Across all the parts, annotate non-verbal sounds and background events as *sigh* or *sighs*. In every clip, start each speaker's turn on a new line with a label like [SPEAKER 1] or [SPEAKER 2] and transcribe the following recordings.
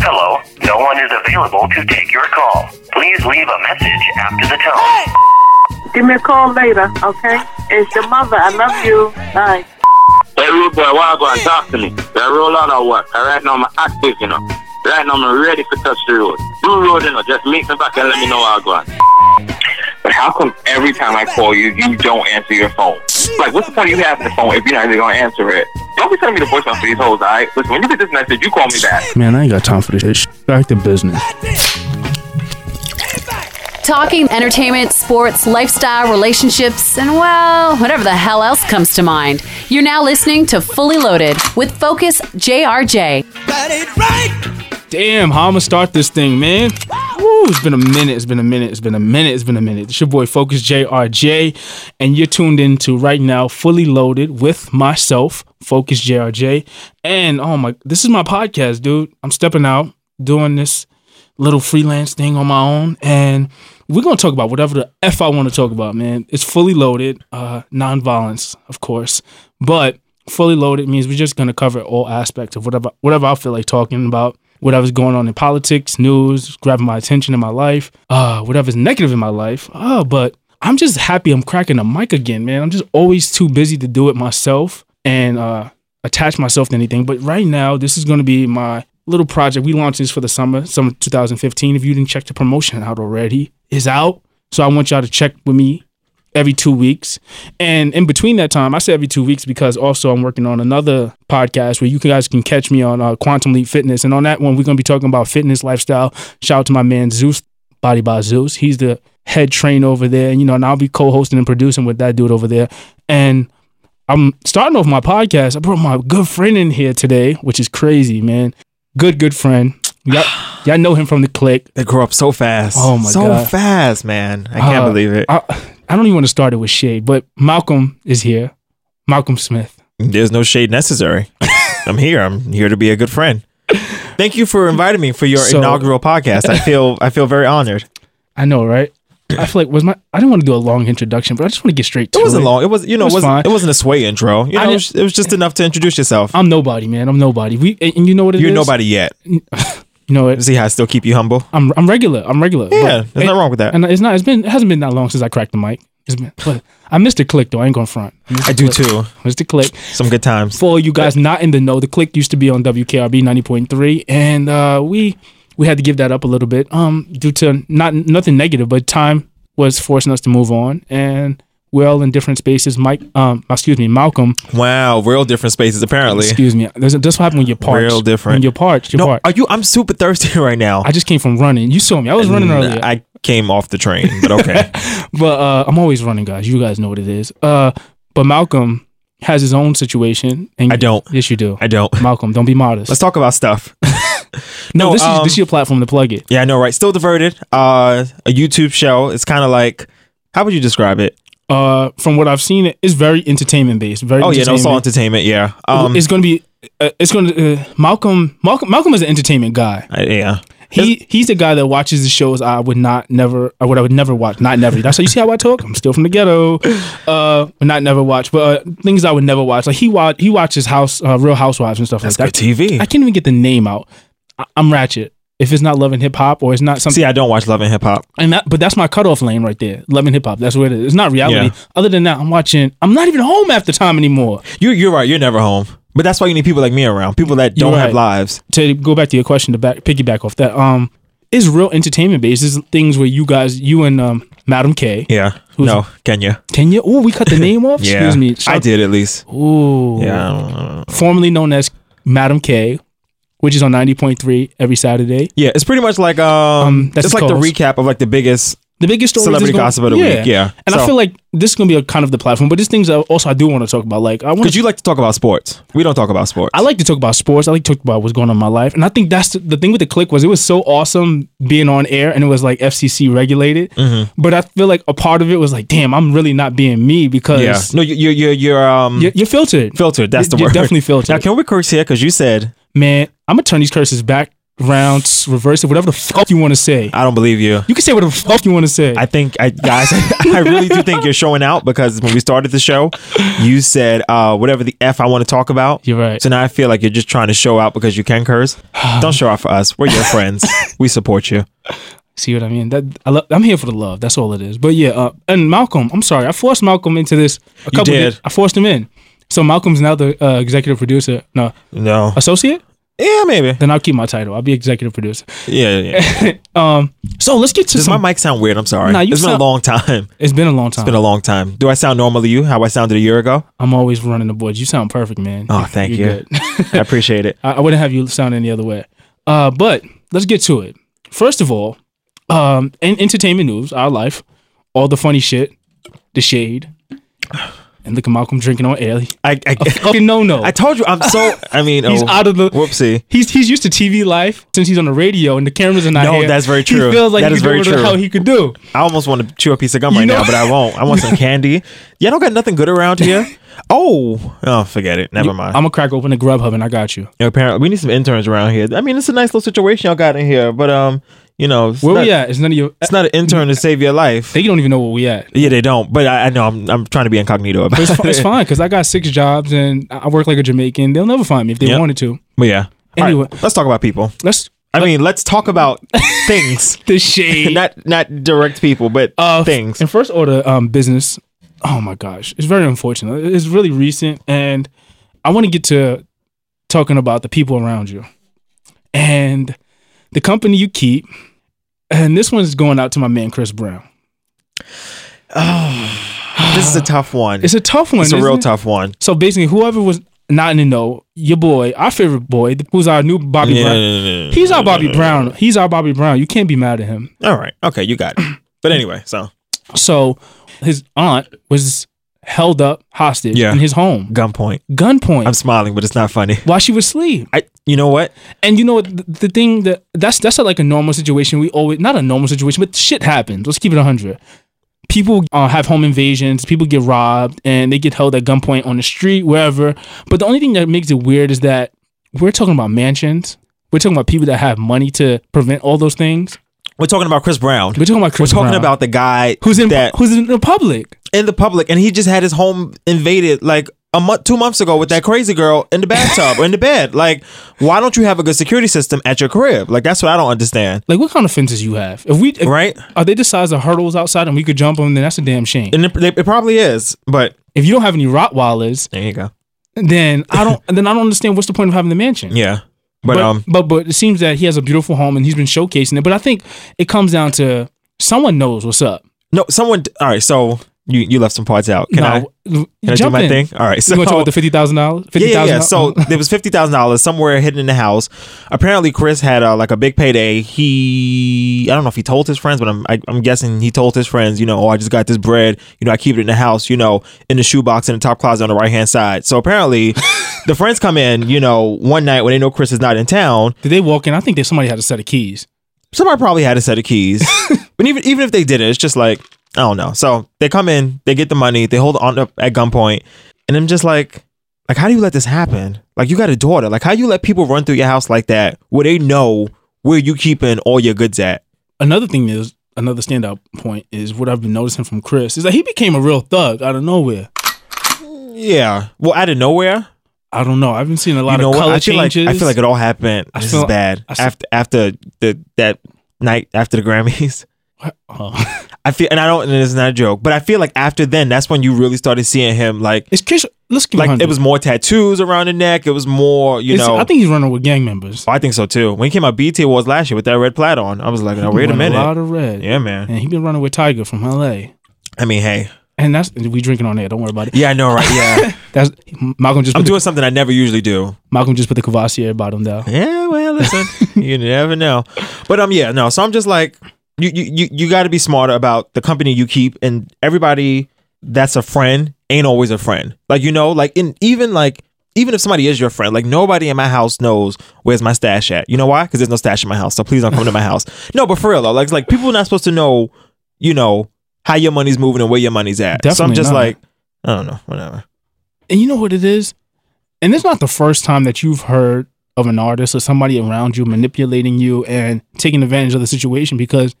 [SPEAKER 1] Hello, no one is available to take your call. Please leave a message after the tone.
[SPEAKER 2] Give me a call later, okay? It's your mother. I love you. Bye.
[SPEAKER 3] Hey, rude boy, why go and talk to me? They roll out of work. And right now, I'm active, you know. Right now, I'm ready to touch the road. Do road, you know. Just meet me back and let me know how I go on.
[SPEAKER 4] But how come every time I call you, you don't answer your phone? Like, what's the point of you having the phone if you're not even gonna answer it? Don't be sending me the voicemail for these hoes, alright? Listen, when you get this message, you call me back.
[SPEAKER 5] Man, I ain't got time for this shit. Back to business.
[SPEAKER 6] Talking entertainment, sports, lifestyle, relationships, and well, whatever the hell else comes to mind. You're now listening to Fully Loaded with Focus JRJ.
[SPEAKER 5] Damn, how I'ma start this thing, man? Woo, it's been a minute, it's been a minute, it's been a minute, it's been a minute. It's your boy Focus JRJ, and you're tuned into right now, fully loaded with myself, Focus JRJ. And oh my this is my podcast, dude. I'm stepping out, doing this little freelance thing on my own, and we're gonna talk about whatever the F I want to talk about, man. It's fully loaded, uh, non-violence, of course. But fully loaded means we're just gonna cover all aspects of whatever whatever I feel like talking about, whatever's going on in politics, news, grabbing my attention in my life, uh, whatever's negative in my life. Uh, but I'm just happy I'm cracking the mic again, man. I'm just always too busy to do it myself and uh attach myself to anything. But right now, this is gonna be my little project. We launched this for the summer, summer 2015. If you didn't check the promotion out already, is out. So I want y'all to check with me every two weeks. And in between that time, I say every two weeks because also I'm working on another podcast where you guys can catch me on uh, Quantum Leap Fitness. And on that one, we're going to be talking about fitness lifestyle. Shout out to my man Zeus, Body by Zeus. He's the head trainer over there. And, you know, and I'll be co hosting and producing with that dude over there. And I'm starting off my podcast. I brought my good friend in here today, which is crazy, man. Good, good friend.
[SPEAKER 7] *sighs*
[SPEAKER 5] Yep. Y'all know him from the click.
[SPEAKER 7] They grew up so fast.
[SPEAKER 5] Oh my
[SPEAKER 7] so
[SPEAKER 5] God.
[SPEAKER 7] fast, man. I can't
[SPEAKER 5] Uh,
[SPEAKER 7] believe it.
[SPEAKER 5] I, I don't even want to start it with shade, but Malcolm is here. Malcolm Smith.
[SPEAKER 7] There's no shade necessary. *laughs* I'm here. I'm here to be a good friend. Thank you for inviting me for your
[SPEAKER 5] So-
[SPEAKER 7] inaugural podcast. I feel I feel very honored.
[SPEAKER 5] I know, right? I feel like was my I didn't want to do a long introduction, but I just want to get straight to it.
[SPEAKER 7] It wasn't long. It was you know
[SPEAKER 5] It was
[SPEAKER 7] it, was
[SPEAKER 5] fine.
[SPEAKER 7] not it wasn't a sway intro. You
[SPEAKER 5] I
[SPEAKER 7] know, it
[SPEAKER 5] didn't-
[SPEAKER 7] was, it was just enough to introduce yourself.
[SPEAKER 5] I'm nobody, man. I'm nobody. We and and you know what it is.
[SPEAKER 7] You're nobody yet.
[SPEAKER 5] You know it.
[SPEAKER 7] See how I still keep you humble?
[SPEAKER 5] I'm I'm regular. I'm regular.
[SPEAKER 7] Yeah,
[SPEAKER 5] but-
[SPEAKER 7] there's nothing wrong with that.
[SPEAKER 5] And it's not. It's been. It hasn't been that long since I cracked the mic. It's been. But I missed the click though. I ain't going front.
[SPEAKER 7] I do too.
[SPEAKER 5] Missed the click.
[SPEAKER 7] Some good times.
[SPEAKER 5] for you guys not in the know, the click used to be on WKRB ninety point three, and uh, we we had to give that up a little bit, um, due to not nothing negative, but time was forcing us to move on, and we're all in different spaces. Mike, um, excuse me, Malcolm,
[SPEAKER 7] Wow, real different spaces apparently.
[SPEAKER 5] excuse me. There's that's what happened when you're parched.
[SPEAKER 7] Real different.
[SPEAKER 5] When you're parched, you're
[SPEAKER 7] no,
[SPEAKER 5] parched.
[SPEAKER 7] are you? I'm super thirsty *laughs* right now.
[SPEAKER 5] I just came from running. You saw me. I was running
[SPEAKER 7] Mm,
[SPEAKER 5] earlier,
[SPEAKER 7] I came off the train, but
[SPEAKER 5] *laughs*
[SPEAKER 7] okay.
[SPEAKER 5] but uh, I'm always running, guys. You guys know what it is. Uh, but Malcolm has his own situation, and
[SPEAKER 7] I don't.
[SPEAKER 5] Yes, you do.
[SPEAKER 7] I don't.
[SPEAKER 5] Malcolm, don't be modest.
[SPEAKER 7] Let's talk about stuff.
[SPEAKER 5] no,
[SPEAKER 7] no,
[SPEAKER 5] this is
[SPEAKER 7] um,
[SPEAKER 5] this is your platform to plug it.
[SPEAKER 7] Yeah, I know, right? Still diverted. Uh, a YouTube show. It's kind of like, how would you describe it?
[SPEAKER 5] uh from what i've seen it's very entertainment based very
[SPEAKER 7] Oh yeah, no,
[SPEAKER 5] entertainment.
[SPEAKER 7] it's all entertainment. Yeah. Um.
[SPEAKER 5] it's gonna be uh, it's gonna uh, malcolm malcolm malcolm is an entertainment guy
[SPEAKER 7] I- yeah.
[SPEAKER 5] he he's the guy that watches the shows i would not never i would i would never watch not never that's how you see how i talk i'm still from the ghetto uh but not never watch but uh, things i would never watch like he wa- he watches house uh, real housewives and stuff
[SPEAKER 7] That's
[SPEAKER 5] like
[SPEAKER 7] good
[SPEAKER 5] that
[SPEAKER 7] TV.
[SPEAKER 5] i can't even get the name out I- i'm ratchet if it's not loving hip hop or it's not something
[SPEAKER 7] See, I don't watch Love and Hip Hop.
[SPEAKER 5] and that, but that's my cutoff lane right there. Love and hip hop. That's what it is. It's not reality.
[SPEAKER 7] Yeah.
[SPEAKER 5] Other than that, I'm watching. I'm not even home half the time anymore.
[SPEAKER 7] You, you're right. You're never home. But that's why you need people like me around. People that
[SPEAKER 5] You're
[SPEAKER 7] don't
[SPEAKER 5] right.
[SPEAKER 7] have lives.
[SPEAKER 5] To go back to your question, to back piggyback off that, um, is real entertainment based. Is things where you guys, you and um, Madam K,
[SPEAKER 7] Yeah.
[SPEAKER 5] Who's-
[SPEAKER 7] no, Kenya.
[SPEAKER 5] Kenya. Oh, we cut
[SPEAKER 7] *laughs*
[SPEAKER 5] the name off.
[SPEAKER 7] Yeah.
[SPEAKER 5] Excuse me.
[SPEAKER 7] I did at least.
[SPEAKER 5] Ooh.
[SPEAKER 7] Yeah. I don't- I don't know.
[SPEAKER 5] Formerly known as Madam K, which is on ninety point three every Saturday.
[SPEAKER 7] Yeah. It's pretty much like um.
[SPEAKER 5] Um, that's
[SPEAKER 7] it's like the
[SPEAKER 5] calls.
[SPEAKER 7] recap of like the biggest.
[SPEAKER 5] The biggest story
[SPEAKER 7] Celebrity gossip of the week, yeah.
[SPEAKER 5] And I
[SPEAKER 7] So-
[SPEAKER 5] feel like this is gonna be a kind of the platform, but there's things I also I do want to talk about. Like I want
[SPEAKER 7] Because you like to talk about sports. We don't talk about sports.
[SPEAKER 5] I like to talk about sports. I like to talk about what's going on in my life, and I think that's the, the thing with the click was it was so awesome being on air, and it was like FCC regulated.
[SPEAKER 7] Mm-hmm.
[SPEAKER 5] But I feel like a part of it was like, damn, I'm really not being me because
[SPEAKER 7] Yeah. No, you, you, you, you're um.
[SPEAKER 5] you're, you're filtered.
[SPEAKER 7] filtered. That's the
[SPEAKER 5] You're
[SPEAKER 7] word.
[SPEAKER 5] definitely filtered.
[SPEAKER 7] Now, can we curse here? Because you said
[SPEAKER 5] Man, I'm gonna turn these curses back rounds, reverse it, whatever the fuck you want to say.
[SPEAKER 7] I don't believe you.
[SPEAKER 5] You can say whatever the fuck you want to say.
[SPEAKER 7] I think I guys *laughs* I really do think you're showing out because when we started the show, you said uh whatever the F I want to talk about.
[SPEAKER 5] You're right.
[SPEAKER 7] So now I feel like you're just trying to show out because you
[SPEAKER 5] *sighs*
[SPEAKER 7] can curse. Don't show out for us. We're
[SPEAKER 5] *laughs*
[SPEAKER 7] your friends. We support you.
[SPEAKER 5] See what I mean? That I lo- I'm here for the love. That's all it is. But yeah, uh, and Malcolm, I'm sorry, I forced Malcolm into this. A couple
[SPEAKER 7] did.
[SPEAKER 5] days- I forced him in. So Malcolm's now the uh, executive producer. No,
[SPEAKER 7] No.
[SPEAKER 5] associate.
[SPEAKER 7] Yeah, maybe.
[SPEAKER 5] Then I'll keep my title. I'll be executive producer.
[SPEAKER 7] Yeah, yeah.
[SPEAKER 5] *laughs*
[SPEAKER 7] yeah.
[SPEAKER 5] So let's get to
[SPEAKER 7] Does my
[SPEAKER 5] some.
[SPEAKER 7] mic sound weird? I'm sorry.
[SPEAKER 5] Nah, you
[SPEAKER 7] it's been
[SPEAKER 5] sound-
[SPEAKER 7] a long time.
[SPEAKER 5] it's been a long time.
[SPEAKER 7] It's been a long time. Do I sound normally you? How I sounded a year ago?
[SPEAKER 5] I'm always running the boards. You sound perfect, man.
[SPEAKER 7] Oh, thank
[SPEAKER 5] You're
[SPEAKER 7] you.
[SPEAKER 5] good. *laughs*
[SPEAKER 7] I appreciate it.
[SPEAKER 5] I, I wouldn't have you sound any other way. Uh, but let's get to it. First of all, um, in entertainment news, our life, all the funny shit, the shade, and look at Malcolm drinking on air.
[SPEAKER 7] I I,
[SPEAKER 5] *laughs* Fucking no no.
[SPEAKER 7] I told you I'm so I mean
[SPEAKER 5] Oh. He's
[SPEAKER 7] oh,
[SPEAKER 5] out of the
[SPEAKER 7] whoopsie.
[SPEAKER 5] He's he's used to TV life since he's on the radio and the cameras are not
[SPEAKER 7] No,
[SPEAKER 5] here.
[SPEAKER 7] that's very
[SPEAKER 5] He
[SPEAKER 7] true.
[SPEAKER 5] feels like
[SPEAKER 7] That
[SPEAKER 5] he
[SPEAKER 7] is
[SPEAKER 5] can do
[SPEAKER 7] very
[SPEAKER 5] whatever the
[SPEAKER 7] true.
[SPEAKER 5] hell he could do.
[SPEAKER 7] I almost want to chew a piece of gum right
[SPEAKER 5] know-
[SPEAKER 7] now, but I won't. I
[SPEAKER 5] *laughs*
[SPEAKER 7] want some candy. Y'all don't got nothing good around here. Oh, oh, forget it. Never mind.
[SPEAKER 5] I'm gonna crack open the Grubhub and I got you.
[SPEAKER 7] Apparently, we need some interns around here. I mean, it's a nice little situation y'all got in here, but um, you know, it's
[SPEAKER 5] Where
[SPEAKER 7] not,
[SPEAKER 5] we at? It's none of your.
[SPEAKER 7] It's not an intern to save your life.
[SPEAKER 5] They don't even know where we at.
[SPEAKER 7] yeah, they don't. But I, I know I'm, I'm trying to be incognito about
[SPEAKER 5] But it's,
[SPEAKER 7] it.
[SPEAKER 5] fi-
[SPEAKER 7] *laughs*
[SPEAKER 5] it's fine because I got six jobs and I I work like a Jamaican. They'll never find me if they
[SPEAKER 7] Yep.
[SPEAKER 5] wanted to.
[SPEAKER 7] But yeah. All
[SPEAKER 5] Anyway.
[SPEAKER 7] let's talk about people.
[SPEAKER 5] Let's
[SPEAKER 7] I mean, let's
[SPEAKER 5] *laughs*
[SPEAKER 7] talk about things,
[SPEAKER 5] the
[SPEAKER 7] *laughs*
[SPEAKER 5] shade.
[SPEAKER 7] not not direct people, but
[SPEAKER 5] Uh,
[SPEAKER 7] things.
[SPEAKER 5] In first order, um, business. Oh my gosh, it's very unfortunate. It's really recent, and I want to get to talking about the people around you and the company you keep. And this one's going out to my man Chris Brown.
[SPEAKER 7] This is a tough one.
[SPEAKER 5] It's a tough one.
[SPEAKER 7] It's a
[SPEAKER 5] isn't
[SPEAKER 7] real
[SPEAKER 5] it?
[SPEAKER 7] tough one.
[SPEAKER 5] So basically, whoever was not in the know, your boy, our favorite boy, who's our new Bobby
[SPEAKER 7] Yeah,
[SPEAKER 5] Brown.
[SPEAKER 7] yeah, yeah, yeah.
[SPEAKER 5] He's our Bobby Brown. He's our Bobby Brown. You can't be mad at him.
[SPEAKER 7] All right. Okay, you got it. But anyway, so
[SPEAKER 5] So his aunt was held up hostage
[SPEAKER 7] Yeah.
[SPEAKER 5] in his home,
[SPEAKER 7] gunpoint.
[SPEAKER 5] gunpoint,
[SPEAKER 7] I'm smiling, but it's not funny.
[SPEAKER 5] while she was asleep.
[SPEAKER 7] I, you know what?
[SPEAKER 5] And you know what? The, the thing that that's that's like a normal situation. We always not a normal situation, but shit happens. Let's keep it hundred. People uh, have home invasions. People get robbed, and they get held at gunpoint on the street, wherever. But the only thing that makes it weird is that we're talking about mansions. We're talking about people that have money to prevent all those things.
[SPEAKER 7] We're talking about Chris Brown.
[SPEAKER 5] We're talking about Chris
[SPEAKER 7] We're talking
[SPEAKER 5] Brown.
[SPEAKER 7] about the guy
[SPEAKER 5] Who's in
[SPEAKER 7] that
[SPEAKER 5] who's in the public?
[SPEAKER 7] in the public, and he just had his home invaded like a month, two months ago with that crazy girl in the bathtub or in the bed. Like, why don't you have a good security system at your crib? Like, that's what I don't understand,
[SPEAKER 5] Like what kind of fences you have? If we if-
[SPEAKER 7] right?
[SPEAKER 5] Are they the size of hurdles outside and we could jump them? Then that's a damn shame.
[SPEAKER 7] And it, it probably is, but
[SPEAKER 5] If you don't have any Rottweilers,
[SPEAKER 7] there you go.
[SPEAKER 5] then I
[SPEAKER 7] *laughs*
[SPEAKER 5] don't. then I don't understand what's the point of having the mansion.
[SPEAKER 7] Yeah, but,
[SPEAKER 5] but,
[SPEAKER 7] um,
[SPEAKER 5] but but it seems that he has a beautiful home and he's been showcasing it. But I think it comes down to someone knows what's up.
[SPEAKER 7] no, someone. All right, so you you left some parts out. Can I?
[SPEAKER 5] Can
[SPEAKER 7] Can I do my thing? All right,
[SPEAKER 5] you want to talk
[SPEAKER 7] so-
[SPEAKER 5] about the fifty thousand dollars? Uh-huh.
[SPEAKER 7] Yeah, yeah, yeah. So there was fifty thousand dollars somewhere hidden in the house. Apparently, Chris had uh, like a big payday. He, I don't know if he told his friends, but I'm, I, I'm guessing he told his friends. You know, oh, I just got this bread. You know, I keep it in the house. You know, in the shoebox in the top closet on the right hand side. So apparently, *laughs* the friends come in. You know, one night when they know Chris is not in town,
[SPEAKER 5] did they walk in? I think that somebody had a set of keys.
[SPEAKER 7] somebody probably had a set of
[SPEAKER 5] *laughs*
[SPEAKER 7] keys. but even even if they didn't, it's just like I don't know. So they come in, they get the money, they hold on up at gunpoint, and I'm just like, like how do you let this happen? Like you got a daughter. Like how you let people run through your house like that where they know where you keeping all your goods at?
[SPEAKER 5] Another thing is another standout point is what I've been noticing from Chris is that he became a real thug out of nowhere.
[SPEAKER 7] Yeah. Well, out of nowhere.
[SPEAKER 5] I don't know. I haven't seen a lot
[SPEAKER 7] you know
[SPEAKER 5] of
[SPEAKER 7] what?
[SPEAKER 5] color
[SPEAKER 7] I feel
[SPEAKER 5] changes.
[SPEAKER 7] like I feel like it all happened.
[SPEAKER 5] I
[SPEAKER 7] this
[SPEAKER 5] feel-
[SPEAKER 7] is bad.
[SPEAKER 5] I feel-
[SPEAKER 7] after after the that night after the Grammys. *laughs*
[SPEAKER 5] Oh.
[SPEAKER 7] I feel and I don't and it's not a joke, but I feel like after then that's when you really started seeing him like
[SPEAKER 5] It's Chris. Let's keep
[SPEAKER 7] like it was more tattoos around the neck. It was more, you know. Oh,
[SPEAKER 5] I think he's running with gang members.
[SPEAKER 7] I think so too. When he came out BT Awards last year with that red plaid on, I was like, now,
[SPEAKER 5] He
[SPEAKER 7] wait a
[SPEAKER 5] won A lot
[SPEAKER 7] minute.
[SPEAKER 5] of red.
[SPEAKER 7] Yeah, man.
[SPEAKER 5] And he been running with Tiger from L.A.
[SPEAKER 7] I mean, hey.
[SPEAKER 5] And that's we drinking on there. Don't worry about it.
[SPEAKER 7] Yeah, I know, right? Yeah,
[SPEAKER 5] That's Malcolm just.
[SPEAKER 7] *laughs* I'm
[SPEAKER 5] Put the,
[SPEAKER 7] doing something I never usually do.
[SPEAKER 5] Malcolm just put the Cavassier bottom down.
[SPEAKER 7] Yeah, well,
[SPEAKER 5] *laughs*
[SPEAKER 7] listen, you never know. But um, yeah, no. So I'm just like, you you you, you got to be smarter about the company you keep, and everybody that's a friend ain't always a friend. Like you know, like in even like even if somebody is your friend, like nobody in my house knows where's my stash at. You know why? Because there's no stash in my house. So please don't come to my
[SPEAKER 5] *laughs*
[SPEAKER 7] house. No, but for real though, like it's like people are not supposed to know, you know, how your money's moving and where your money's at. so I'm
[SPEAKER 5] Definitely
[SPEAKER 7] just
[SPEAKER 5] not.
[SPEAKER 7] like, I don't know, whatever.
[SPEAKER 5] And you know what it is? And it's not the first time that you've heard of an artist or somebody around you manipulating you and taking advantage of the situation because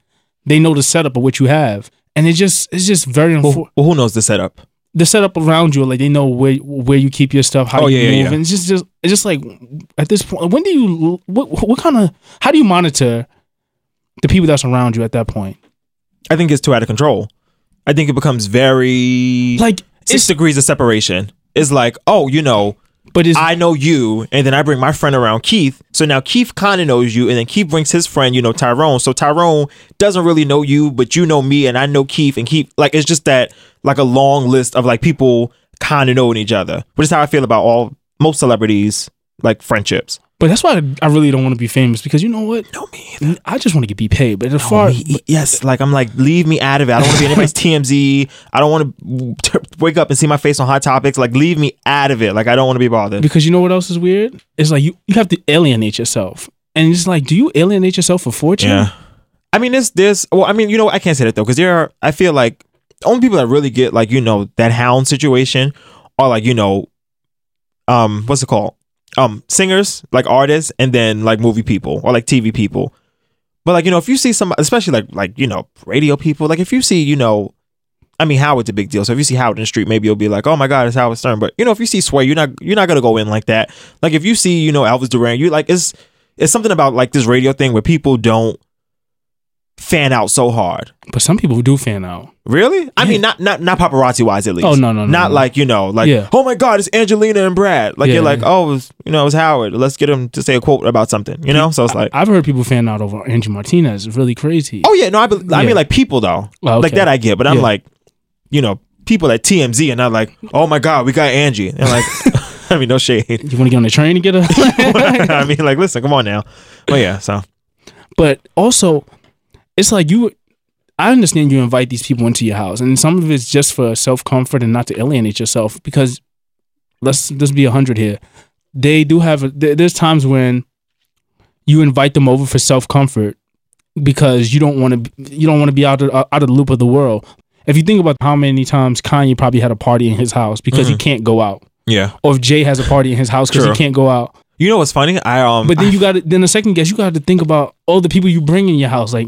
[SPEAKER 5] they know the setup of what you have. And it just it's just very unfor-
[SPEAKER 7] Well, who knows the setup?
[SPEAKER 5] the setup around you, like they know where where you keep your stuff, how
[SPEAKER 7] Oh,
[SPEAKER 5] you
[SPEAKER 7] yeah, yeah,
[SPEAKER 5] move,
[SPEAKER 7] yeah.
[SPEAKER 5] and it's just just it's just like at this point, when do you what what kind of how do you monitor the people that's around you at that point?
[SPEAKER 7] I think it's too out of control. I think it becomes very
[SPEAKER 5] Like
[SPEAKER 7] six
[SPEAKER 5] it's
[SPEAKER 7] degrees of separation. It's like, oh, you know,
[SPEAKER 5] but it's
[SPEAKER 7] I know you, and then I bring my friend around Keith. So now Keith kind of knows you, and then Keith brings his friend, you know, Tyrone. So Tyrone doesn't really know you, but you know me, and I know Keith, and Keith. Like it's just that like a long list of like people kind of knowing each other, which is how I feel about all most celebrities like friendships.
[SPEAKER 5] but that's why I really don't want to be famous because you know what?
[SPEAKER 7] No me.
[SPEAKER 5] I just want to get be paid. But as far
[SPEAKER 7] yes, like I'm like leave me out of it. I don't want to be anybody's *laughs* TMZ. I don't want to wake up and see my face on hot topics. Like leave me out of it. Like I don't want to be bothered.
[SPEAKER 5] because you know what else is weird? It's like you you have to alienate yourself, and it's like, do you alienate yourself for fortune?
[SPEAKER 7] I mean, this, this, well, I mean, you know, I can't say that though, because there are, I feel like the only people that really get, like, you know, that hound situation are like, you know, um, what's it called? Um, singers, like artists, and then like movie people or like TV people. But like, you know, if you see some, especially like, like, you know, radio people, like if you see, you know, I mean, Howard's a big deal. So if you see Howard in the street, maybe you'll be like, "Oh my God, it's Howard Stern." But you know, if you see Sway, you're not you're not gonna go in like that. Like if you see, you know, Elvis Duran, you like it's it's something about like this radio thing where people don't fan out so hard.
[SPEAKER 5] But some people do fan out.
[SPEAKER 7] Really? I mean, not not not paparazzi wise at least.
[SPEAKER 5] Oh, no, no, no,
[SPEAKER 7] not
[SPEAKER 5] no.
[SPEAKER 7] like you know, like
[SPEAKER 5] Yeah.
[SPEAKER 7] oh my God, it's Angelina and Brad. Like
[SPEAKER 5] Yeah.
[SPEAKER 7] you're like, oh, it's, you know, it's Howard. Let's get him to say a quote about something. You know, so it's like.
[SPEAKER 5] I've heard people fan out over Angie Martinez. It's really crazy.
[SPEAKER 7] Oh yeah, no, I, be- I
[SPEAKER 5] Yeah.
[SPEAKER 7] mean like people though,
[SPEAKER 5] Oh,
[SPEAKER 7] like
[SPEAKER 5] okay.
[SPEAKER 7] that I get, but I'm
[SPEAKER 5] Yeah.
[SPEAKER 7] like, you know, people at TMZ and not like, oh my god, we got Angie,
[SPEAKER 5] *laughs*
[SPEAKER 7] and like, *laughs* I mean, no shade. *laughs*
[SPEAKER 5] You want to get on the train and get a. *laughs*
[SPEAKER 7] I mean, like, listen, come on now. But yeah, so
[SPEAKER 5] but also, it's like you. I understand you invite these people into your house, and some of it's just for self comfort and not to alienate yourself. Because let's let's be hundred here. They do have. a- there- There's times when you invite them over for self comfort because you don't want to. You don't want to be out of out of the loop of the world. If you think about how many times Kanye probably had a party in his house because he can't go out,
[SPEAKER 7] yeah,
[SPEAKER 5] or if Jay has a party in his house because he
[SPEAKER 7] True.
[SPEAKER 5] can't go out,
[SPEAKER 7] you know what's funny? I um,
[SPEAKER 5] But then you got to then the second guess you got to think about all the people you bring in your house. Like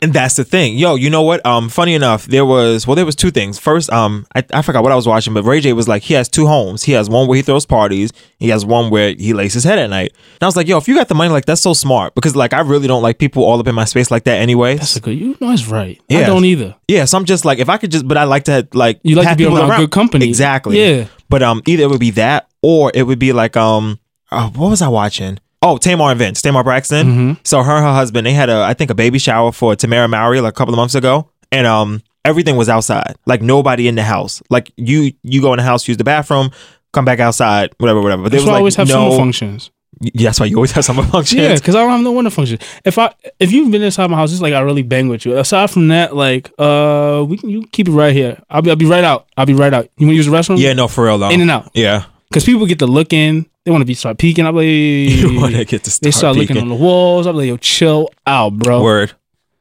[SPEAKER 7] and that's the thing, yo. You know what? Um, funny enough, there was well, there was two things. First, um, I, I forgot what I was watching, but Ray J was like, he has two homes. He has one where he throws parties. He has one where he lays his head at night. And I was like, yo, if you got the money, like that's so smart because like I really don't like people all up in my space like that anyway.
[SPEAKER 5] that's a good. You know, it's right. I
[SPEAKER 7] Yeah.
[SPEAKER 5] don't either.
[SPEAKER 7] Yeah, so I'm just like, if I could just, but I like to like
[SPEAKER 5] You like to
[SPEAKER 7] have
[SPEAKER 5] be
[SPEAKER 7] people
[SPEAKER 5] around good company.
[SPEAKER 7] exactly.
[SPEAKER 5] Yeah.
[SPEAKER 7] but um, either it would be that, or it would be like um, uh, what was I watching? Oh, Tamar and Vince, Tamar Braxton.
[SPEAKER 5] Mm-hmm.
[SPEAKER 7] So her and her husband, they had a, I think, a baby shower for Tamara Mowry like a couple of months ago, and um, everything was outside, like nobody in the house. Like you, you go in the house, use the bathroom, come back outside, whatever, whatever. But they
[SPEAKER 5] That's
[SPEAKER 7] was
[SPEAKER 5] why I
[SPEAKER 7] like,
[SPEAKER 5] always have
[SPEAKER 7] no,
[SPEAKER 5] summer functions.
[SPEAKER 7] Y- That's why you always have summer *laughs* functions.
[SPEAKER 5] Yeah, because I don't have no winter function. If I if you've been inside my house, it's like I really bang with you. Aside from that, like uh, we can you keep it right here. I'll be I'll be right out. I'll be right out. You want to use the restroom?
[SPEAKER 7] Yeah, no, for real though.
[SPEAKER 5] In and out.
[SPEAKER 7] Yeah, *laughs*
[SPEAKER 5] Because people get to look in. They want to be start peeking. I'm like,
[SPEAKER 7] you want to get to start
[SPEAKER 5] they start
[SPEAKER 7] peeking.
[SPEAKER 5] looking on the walls. I'm like, yo, chill out, bro.
[SPEAKER 7] Word.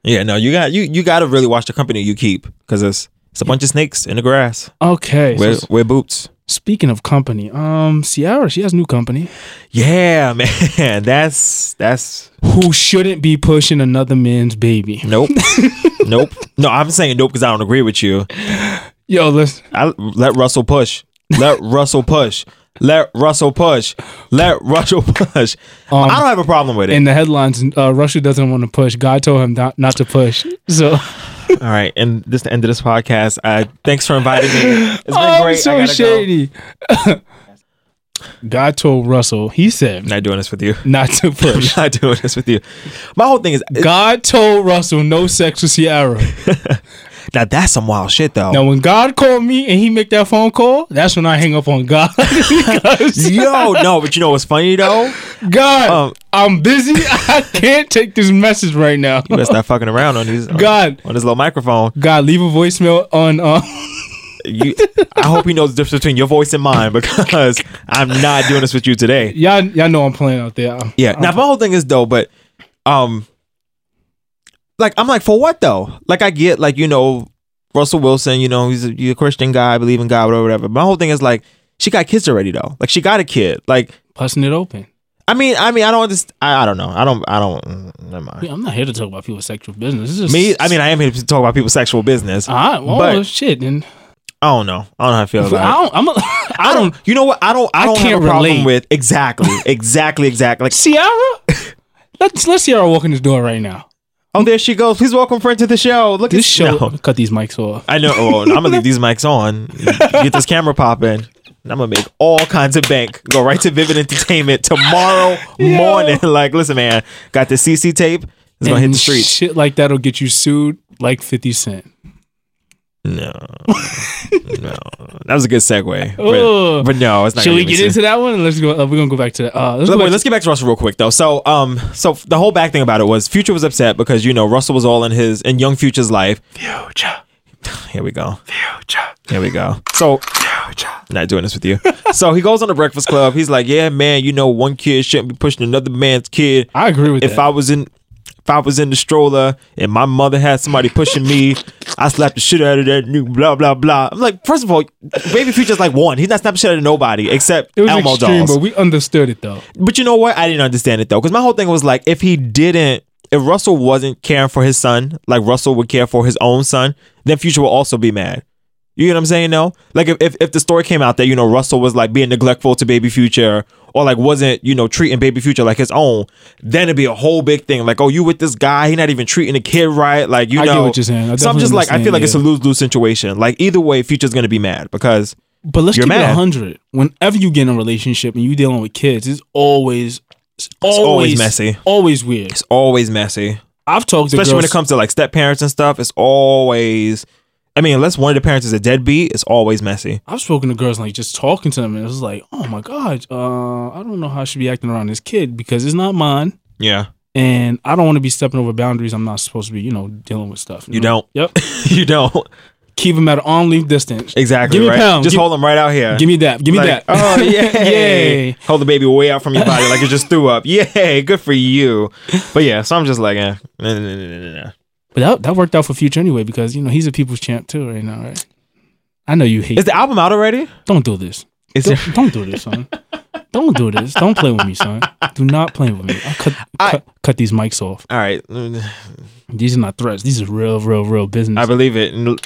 [SPEAKER 7] Yeah, no, you got you you got to really watch the company you keep because it's it's a bunch of snakes in the grass.
[SPEAKER 5] Okay.
[SPEAKER 7] Wear,
[SPEAKER 5] so
[SPEAKER 7] wear boots.
[SPEAKER 5] speaking of company, um, Ciara, she has new company.
[SPEAKER 7] Yeah, *laughs* man, that's that's
[SPEAKER 5] who shouldn't be pushing another man's baby.
[SPEAKER 7] nope,
[SPEAKER 5] *laughs*
[SPEAKER 7] nope. No, I'm saying nope because I don't agree with you.
[SPEAKER 5] Yo, listen.
[SPEAKER 7] I let Russell push. Let Russell push. Let Russell push. Let Russell push.
[SPEAKER 5] Um,
[SPEAKER 7] I don't have a problem with it.
[SPEAKER 5] In the headlines, uh, Russia doesn't want to push. God told him not, not to
[SPEAKER 7] *laughs*
[SPEAKER 5] push. So
[SPEAKER 7] All right, and this is the end of this podcast. Uh, thanks for inviting me. It's been
[SPEAKER 5] Oh, *laughs* I'm
[SPEAKER 7] great. I
[SPEAKER 5] so
[SPEAKER 7] gotta go.
[SPEAKER 5] shady. *laughs* God told Russell. He said
[SPEAKER 7] Not doing this with you. *laughs*
[SPEAKER 5] not to push.
[SPEAKER 7] Not doing this with you. My whole thing is
[SPEAKER 5] God told Russell no sex with Ciara.
[SPEAKER 7] now that's some wild shit though.
[SPEAKER 5] Now, when God called me and he make that phone call, that's when I hang up on God. *laughs* Because
[SPEAKER 7] *laughs* Yo, no, but *laughs* you know what's funny though?
[SPEAKER 5] God,
[SPEAKER 7] Um,
[SPEAKER 5] I'm busy. *laughs* I can't take this message right now.
[SPEAKER 7] You better stop fucking around on these
[SPEAKER 5] *laughs*
[SPEAKER 7] on-
[SPEAKER 5] God.
[SPEAKER 7] on this little microphone.
[SPEAKER 5] God, leave a voicemail on. Uh, *laughs*
[SPEAKER 7] You, I hope he knows the difference between your voice and mine *laughs* because I'm not doing this with you today.
[SPEAKER 5] y'all, y'all know I'm playing out there. I'm-
[SPEAKER 7] Yeah. Now my whole thing is though, but um, like I'm like for what though? Like I get like you know Russell Wilson, you know he's a, he's a Christian guy, believe in God, whatever, whatever. My whole thing is like she got kids already though. Like she got a kid. Like
[SPEAKER 5] busting it open.
[SPEAKER 7] I mean, I mean, I don't understand. I, I don't know. I don't. I don't. mm, Never mind.
[SPEAKER 5] Yeah, I'm not here to talk about people's sexual business. This is
[SPEAKER 7] Me, I mean, I am here to talk about people's sexual business.
[SPEAKER 5] all right, well,
[SPEAKER 7] but
[SPEAKER 5] oh, shit, and
[SPEAKER 7] I don't know. I don't know how I feel about
[SPEAKER 5] I
[SPEAKER 7] it.
[SPEAKER 5] don't. I'm a, *laughs* I
[SPEAKER 7] I
[SPEAKER 5] don't.
[SPEAKER 7] don't. You know what? I don't. I don't have
[SPEAKER 5] can't
[SPEAKER 7] a problem
[SPEAKER 5] relate.
[SPEAKER 7] with exactly,
[SPEAKER 5] *laughs*
[SPEAKER 7] exactly, exactly. Like,
[SPEAKER 5] Ciara, let's let Ciara walk in this door right
[SPEAKER 7] *laughs*
[SPEAKER 5] now.
[SPEAKER 7] oh, there she goes. Please welcome friend to the show. Look
[SPEAKER 5] This show
[SPEAKER 7] at No.
[SPEAKER 5] cut these mics off.
[SPEAKER 7] I know. Oh, I'm
[SPEAKER 5] *laughs*
[SPEAKER 7] gonna leave these mics on. Get this camera popping. And I'm gonna make all kinds of bank. Go right to Vivid
[SPEAKER 5] *laughs*
[SPEAKER 7] Entertainment tomorrow morning. *laughs* Like, listen, man, got the CC tape. It's gonna hit
[SPEAKER 5] And
[SPEAKER 7] the streets.
[SPEAKER 5] Shit like that'll get you sued, like Fifty Cent. *laughs*
[SPEAKER 7] No, no, that was a good segue.
[SPEAKER 5] Ugh.
[SPEAKER 7] But, but no, Oh, it's not.
[SPEAKER 5] Should
[SPEAKER 7] gonna
[SPEAKER 5] we
[SPEAKER 7] me
[SPEAKER 5] get
[SPEAKER 7] sued.
[SPEAKER 5] into that one? Let's go. Uh, we're gonna go back to that. Uh, let's
[SPEAKER 7] Let-
[SPEAKER 5] go
[SPEAKER 7] wait,
[SPEAKER 5] back
[SPEAKER 7] let's get back to Russell real quick though. So, um, so the whole back thing about it was Future was upset because you know Russell was all in his in young Future's life. Future. *sighs* Here we go. Future. Here we go. So, not doing this with you. so he goes on the Breakfast Club. He's like, "Yeah, man, you know, one kid shouldn't be pushing another man's kid.
[SPEAKER 5] I agree with
[SPEAKER 7] if
[SPEAKER 5] that.
[SPEAKER 7] I was in." If I was in the stroller and my mother had somebody pushing me, I slapped the shit out of that new blah blah blah. I'm like, first of all, baby future's like one. He's not snapping shit out of nobody except
[SPEAKER 5] it was
[SPEAKER 7] Elmo
[SPEAKER 5] extreme,
[SPEAKER 7] dolls.
[SPEAKER 5] but we understood it though.
[SPEAKER 7] But you know what? I didn't understand it though, because my whole thing was like, if he didn't, if Russell wasn't caring for his son, like Russell would care for his own son, then Future will also be mad. You know what I'm saying? No, like if, if if the story came out that you know Russell was like being neglectful to Baby Future, or like wasn't you know treating Baby Future like his own, then it'd be a whole big thing. Like, oh, you with this guy? He not even treating the kid right. Like, you
[SPEAKER 5] I get
[SPEAKER 7] know.
[SPEAKER 5] what you're saying. I
[SPEAKER 7] so I'm
[SPEAKER 5] definitely
[SPEAKER 7] just like, I feel
[SPEAKER 5] understand,
[SPEAKER 7] like it's a
[SPEAKER 5] yeah.
[SPEAKER 7] lose lose situation. Like either way, Future's gonna be mad because
[SPEAKER 5] But let's
[SPEAKER 7] You're
[SPEAKER 5] keep it
[SPEAKER 7] mad.
[SPEAKER 5] it hundred. Whenever you get in a relationship and you dealing with kids, it's always, it's always,
[SPEAKER 7] messy.
[SPEAKER 5] always weird.
[SPEAKER 7] it's always messy.
[SPEAKER 5] I've talked to
[SPEAKER 7] especially when
[SPEAKER 5] girls-
[SPEAKER 7] it comes to like step parents and stuff. It's always, I mean, unless one of the parents is a deadbeat, it's always messy.
[SPEAKER 5] I've spoken to girls like just talking to them, and it was like, oh my god, uh, I don't know how I should be acting around this kid because it's not mine,
[SPEAKER 7] Yeah,
[SPEAKER 5] and I don't want to be stepping over boundaries. I'm not supposed to be, you know, dealing with stuff.
[SPEAKER 7] you
[SPEAKER 5] know?
[SPEAKER 7] don't. *laughs*
[SPEAKER 5] Yep. *laughs*
[SPEAKER 7] you don't
[SPEAKER 5] Keep them at an arm length distance.
[SPEAKER 7] exactly.
[SPEAKER 5] Give me
[SPEAKER 7] right?
[SPEAKER 5] a pound.
[SPEAKER 7] Just
[SPEAKER 5] give,
[SPEAKER 7] hold them right out here.
[SPEAKER 5] Give me that. Give me that.
[SPEAKER 7] Like,
[SPEAKER 5] *laughs*
[SPEAKER 7] Oh yeah,
[SPEAKER 5] Yay.
[SPEAKER 7] Hold the baby way out from your body like it just threw up. *laughs* Yay, good for you. But yeah, so I'm just like, eh, nah, nah, nah, nah, nah, nah.
[SPEAKER 5] But that, that worked out for Future anyway because you know he's a people's champ too right now, right? I know you hate.
[SPEAKER 7] is the album out already?
[SPEAKER 5] don't do this.
[SPEAKER 7] Is
[SPEAKER 5] Don't,
[SPEAKER 7] it?
[SPEAKER 5] don't do this, son. Don't do this. Don't play with me,
[SPEAKER 7] *laughs*
[SPEAKER 5] son. Do not play with me. I'll cut,
[SPEAKER 7] I-
[SPEAKER 5] cut, cut these mics off.
[SPEAKER 7] All right,
[SPEAKER 5] These are not threats. These are real, real, real business.
[SPEAKER 7] I believe it. N-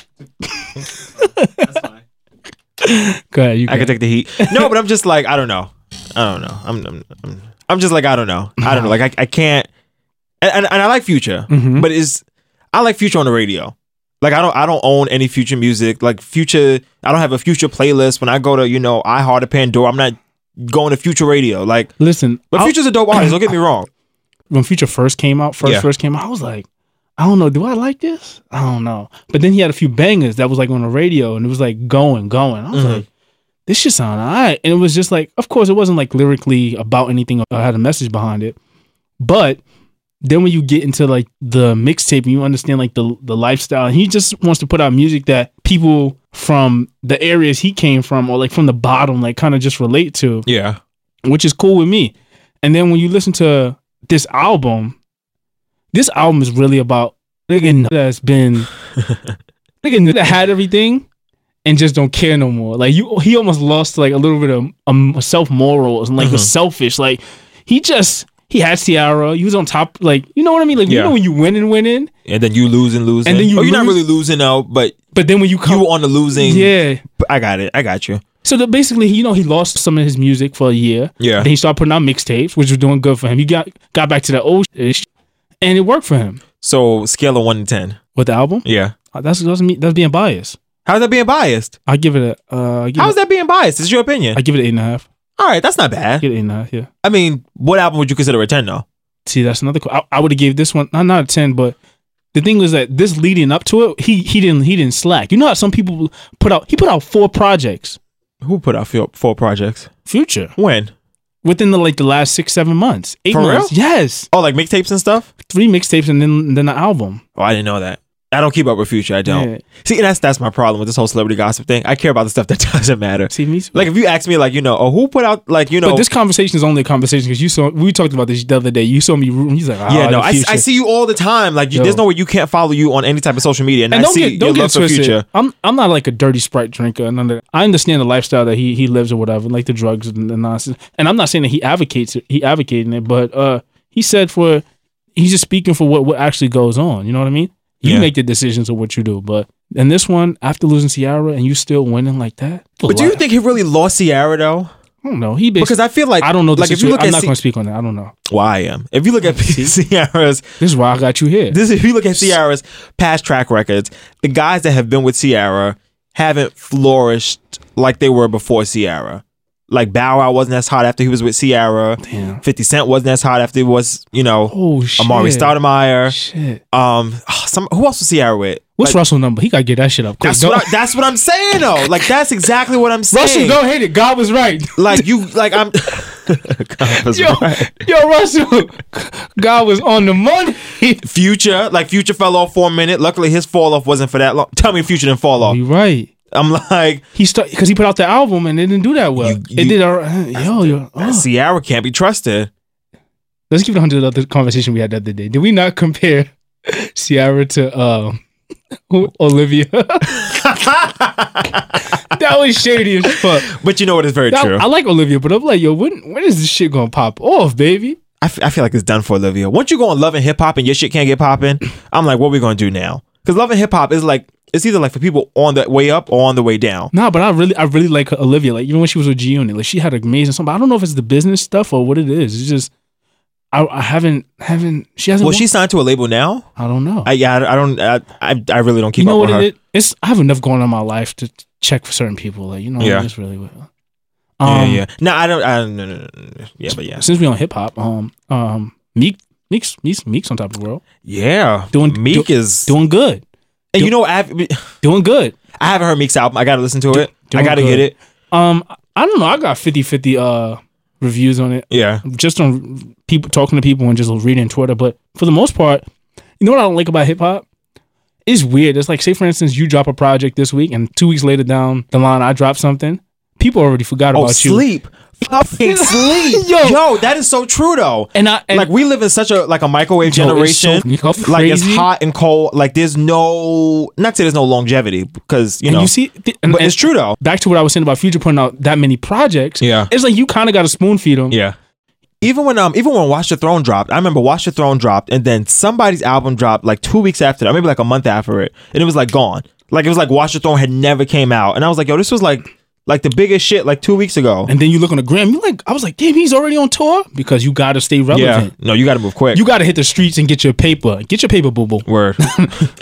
[SPEAKER 5] Go ahead. You
[SPEAKER 7] I can
[SPEAKER 5] can.
[SPEAKER 7] take the *laughs* heat. No, but I'm just like I don't know. I don't know. I'm I'm, I'm, I'm just like I don't know. I don't know. Like I, I can't. And, and, and I like Future,
[SPEAKER 5] Mhm.
[SPEAKER 7] but is I like Future on the radio. Like I don't I don't own any Future music. Like Future, I don't have a Future playlist. When I go to you know iHeart or Pandora, I'm not going to Future radio. Like,
[SPEAKER 5] Listen,
[SPEAKER 7] but
[SPEAKER 5] I'll-
[SPEAKER 7] Future's a dope artist. Don't *clears throat* get me wrong.
[SPEAKER 5] when Future first came out, first
[SPEAKER 7] Yeah.
[SPEAKER 5] first came out, I was like, I don't know, do I like this? I don't know. But then he had a few bangers that was like on the radio, and it was like going, going. I
[SPEAKER 7] Mm-hmm.
[SPEAKER 5] was like, this shit sound alright, and it was just like, of course, it wasn't like lyrically about anything or had a message behind it, but. Then when you get into like the mixtape and you understand like the the lifestyle, he just wants to put out music that people from the areas he came from or like from the bottom like kind of just relate to
[SPEAKER 7] Yeah,
[SPEAKER 5] which is cool with me. And then when you listen to this album, this album is really about nigga that's been nigga that had everything and just don't care no more. Like you, he almost lost like a little bit of um, self moral and like was selfish. Like he just he had Ciara, he was on top. Like you know what I mean? Like you
[SPEAKER 7] Yeah.
[SPEAKER 5] know when you win and win in,
[SPEAKER 7] and then you lose and lose,
[SPEAKER 5] And then you
[SPEAKER 7] oh, you're not
[SPEAKER 5] lose-
[SPEAKER 7] really losing out, but
[SPEAKER 5] but then when you come,
[SPEAKER 7] you were on the losing.
[SPEAKER 5] yeah.
[SPEAKER 7] I got it. I got you.
[SPEAKER 5] So that basically, you know, he lost some of his music for a year.
[SPEAKER 7] Yeah.
[SPEAKER 5] Then he started putting out mixtapes, which was doing good for him. He got got back to the old ish, and it worked for him
[SPEAKER 7] So scale of one to ten.
[SPEAKER 5] with the album.
[SPEAKER 7] Yeah,
[SPEAKER 5] Uh, That's that's me. That's being biased.
[SPEAKER 7] how's that being biased?
[SPEAKER 5] I give it a. Uh, I give
[SPEAKER 7] How's
[SPEAKER 5] it,
[SPEAKER 7] that being biased? It's your opinion.
[SPEAKER 5] I give it an eight and a half.
[SPEAKER 7] All right, that's not
[SPEAKER 5] I
[SPEAKER 7] bad.
[SPEAKER 5] give it an eight and a half. Yeah.
[SPEAKER 7] I mean, what album would you consider a 10 though?
[SPEAKER 5] See, that's another. qu- I, I would have gave this one not not a ten, but the thing was that this leading up to it, he he didn't he didn't slack. You know how some people put out he put out four projects.
[SPEAKER 7] Who put out four, four projects?
[SPEAKER 5] Future
[SPEAKER 7] When?
[SPEAKER 5] within the like the last six seven months, eight
[SPEAKER 7] For real?
[SPEAKER 5] months. Yes,
[SPEAKER 7] Oh, like mixtapes and stuff?
[SPEAKER 5] three mixtapes and then then the album.
[SPEAKER 7] Oh, I didn't know that. I don't keep up with future. I don't.
[SPEAKER 5] Yeah.
[SPEAKER 7] See, and that's that's my problem with this whole celebrity gossip thing. I care about the stuff that *laughs* doesn't matter.
[SPEAKER 5] See, me too.
[SPEAKER 7] Like if you ask me, like you know, oh, who put out like you know,
[SPEAKER 5] But this conversation is only a conversation because you saw we talked about this the other day. You saw me rooting. He's like, oh,
[SPEAKER 7] yeah, no,
[SPEAKER 5] the
[SPEAKER 7] I, I
[SPEAKER 5] future.
[SPEAKER 7] see you all the time. Like you,
[SPEAKER 5] Yo.
[SPEAKER 7] there's no way you can't follow you on any type of social media, and,
[SPEAKER 5] And
[SPEAKER 7] I
[SPEAKER 5] don't
[SPEAKER 7] see
[SPEAKER 5] get don't
[SPEAKER 7] your
[SPEAKER 5] get
[SPEAKER 7] love
[SPEAKER 5] it
[SPEAKER 7] for
[SPEAKER 5] twisted.
[SPEAKER 7] future.
[SPEAKER 5] I'm I'm not like a dirty sprite drinker. None of that. I understand the lifestyle that he he lives or whatever, like the drugs and the nonsense. And I'm not saying that he advocates it. He advocating it, but uh, he said for he's just speaking for what what actually goes on. You know what I mean? You
[SPEAKER 7] Yeah.
[SPEAKER 5] make the decisions of what you do, but in this one, after losing Ciara and you still winning like that,
[SPEAKER 7] But do you think he really lost Ciara though?
[SPEAKER 5] I don't know. He basically,
[SPEAKER 7] Because I feel like
[SPEAKER 5] I don't know. The
[SPEAKER 7] like if you look
[SPEAKER 5] I'm
[SPEAKER 7] at
[SPEAKER 5] not
[SPEAKER 7] Ci-
[SPEAKER 5] going to speak on that. I don't know.
[SPEAKER 7] well, I am. If you look at *laughs* Ciara's
[SPEAKER 5] This is why I got you here.
[SPEAKER 7] this if you look at Ciara's past track records, the guys that have been with Ciara haven't flourished like they were before Ciara. Like Bow Wow wasn't as hot after he was with Ciara.
[SPEAKER 5] Damn.
[SPEAKER 7] 50 Cent wasn't as hot after he was, you know,
[SPEAKER 5] Oh shit.
[SPEAKER 7] Amari Stoudemire.
[SPEAKER 5] Shit.
[SPEAKER 7] Um, some who else was Ciara with?
[SPEAKER 5] What's
[SPEAKER 7] Like,
[SPEAKER 5] Russell number? He got to get that shit up. quick.
[SPEAKER 7] That's
[SPEAKER 5] Don't-
[SPEAKER 7] what, I, that's what I'm saying though. Like that's exactly what
[SPEAKER 5] *laughs*
[SPEAKER 7] I'm
[SPEAKER 5] Russell,
[SPEAKER 7] saying.
[SPEAKER 5] don't hate it. God was
[SPEAKER 7] *laughs*
[SPEAKER 5] right.
[SPEAKER 7] Like you, like I'm. God was
[SPEAKER 5] Yo,
[SPEAKER 7] right.
[SPEAKER 5] yo, Russell, *laughs* God was on the money.
[SPEAKER 7] Future, like Future fell off for a minute. Luckily, his fall off wasn't for that long. Tell me, Future didn't fall off.
[SPEAKER 5] You right.
[SPEAKER 7] I'm like,
[SPEAKER 5] He started because he put out the album and it didn't do that well.
[SPEAKER 7] You- you-
[SPEAKER 5] it did. All right. Yo, yo.
[SPEAKER 7] Ciara
[SPEAKER 5] Oh.
[SPEAKER 7] can't be trusted.
[SPEAKER 5] Let's keep it hundred. The other conversation we had the other day. Did we not compare *laughs* Ciara to um, *laughs* Olivia? *laughs* that was shady as fuck.
[SPEAKER 7] But you know what? It's very
[SPEAKER 5] That-
[SPEAKER 7] true.
[SPEAKER 5] I like Olivia, but I'm like, yo, when when is this shit gonna pop off, baby?
[SPEAKER 7] I, f- I feel like it's done for Olivia. Once you go on Love and Hip Hop and your shit can't get popping, I'm like, what we gonna do now? Because Love and Hip Hop is like, it's either like for people on the way up or on the way down.
[SPEAKER 5] Nah, but I really, I really like her, Olivia. Like even when she was with G Unit, like she had an amazing song. But I don't know if it's the business stuff or what it is. It's just I, I haven't, haven't. She hasn't.
[SPEAKER 7] Well,
[SPEAKER 5] won-
[SPEAKER 7] she's signed to a label now.
[SPEAKER 5] I don't know.
[SPEAKER 7] I yeah, I I don't, I, I, I really don't keep
[SPEAKER 5] you know what
[SPEAKER 7] up with her.
[SPEAKER 5] it is? It's I have enough going on in my life to check for certain people. Like you know,
[SPEAKER 7] Yeah.
[SPEAKER 5] yeah. it's really well.
[SPEAKER 7] Yeah,
[SPEAKER 5] Um,
[SPEAKER 7] yeah. No, I don't. I don't. No, no, no, no. Yeah, but yeah,
[SPEAKER 5] Since we on hip hop, um, um, Meek, Meek's, Meek's, Meek's on top of the world,
[SPEAKER 7] yeah.
[SPEAKER 5] Doing-
[SPEAKER 7] Meek
[SPEAKER 5] do-
[SPEAKER 7] is
[SPEAKER 5] doing good,
[SPEAKER 7] And you know, I haven't,
[SPEAKER 5] doing good.
[SPEAKER 7] I haven't heard Meek's album. I gotta listen to it. I
[SPEAKER 5] doing
[SPEAKER 7] gotta
[SPEAKER 5] good.
[SPEAKER 7] get it.
[SPEAKER 5] Um, I don't know. I got 50-50 uh reviews on it.
[SPEAKER 7] Yeah,
[SPEAKER 5] just on people talking to people and just reading Twitter. But for the most part, you know what I don't like about hip hop? It's weird. It's like, say for instance, you drop a project this week, and two weeks later down the line, I drop something. People already forgot
[SPEAKER 7] Oh,
[SPEAKER 5] about you,
[SPEAKER 7] sleep.
[SPEAKER 5] *laughs*
[SPEAKER 7] Fucking sleep. Yo.
[SPEAKER 5] Yo.
[SPEAKER 7] that is so true though.
[SPEAKER 5] and I and
[SPEAKER 7] like we live in such a like a microwave
[SPEAKER 5] Yo, it's so
[SPEAKER 7] generation.
[SPEAKER 5] fucking
[SPEAKER 7] like it's
[SPEAKER 5] crazy.
[SPEAKER 7] hot and cold. Like there's no not say there's no longevity because you
[SPEAKER 5] and
[SPEAKER 7] know
[SPEAKER 5] you see, th- and,
[SPEAKER 7] but
[SPEAKER 5] and
[SPEAKER 7] it's true though.
[SPEAKER 5] Back to what I was saying about Future putting out that many projects.
[SPEAKER 7] Yeah.
[SPEAKER 5] it's like you kind of got to spoon feed them.
[SPEAKER 7] Yeah. Even when um even when Watch the Throne dropped, I remember Watch the Throne dropped and then somebody's album dropped like two weeks after that, maybe like a month after it, and it was like gone. Like it was like Watch the Throne had never came out. And I was like, yo, this was like like the biggest shit like two weeks ago.
[SPEAKER 5] And then you look on the gram, you like, I was like, damn, he's already on tour because you got to stay relevant.
[SPEAKER 7] No, you gotta move quick.
[SPEAKER 5] You got to hit the streets and get your paper. Get your paper, boo boo. *laughs*
[SPEAKER 7] Word.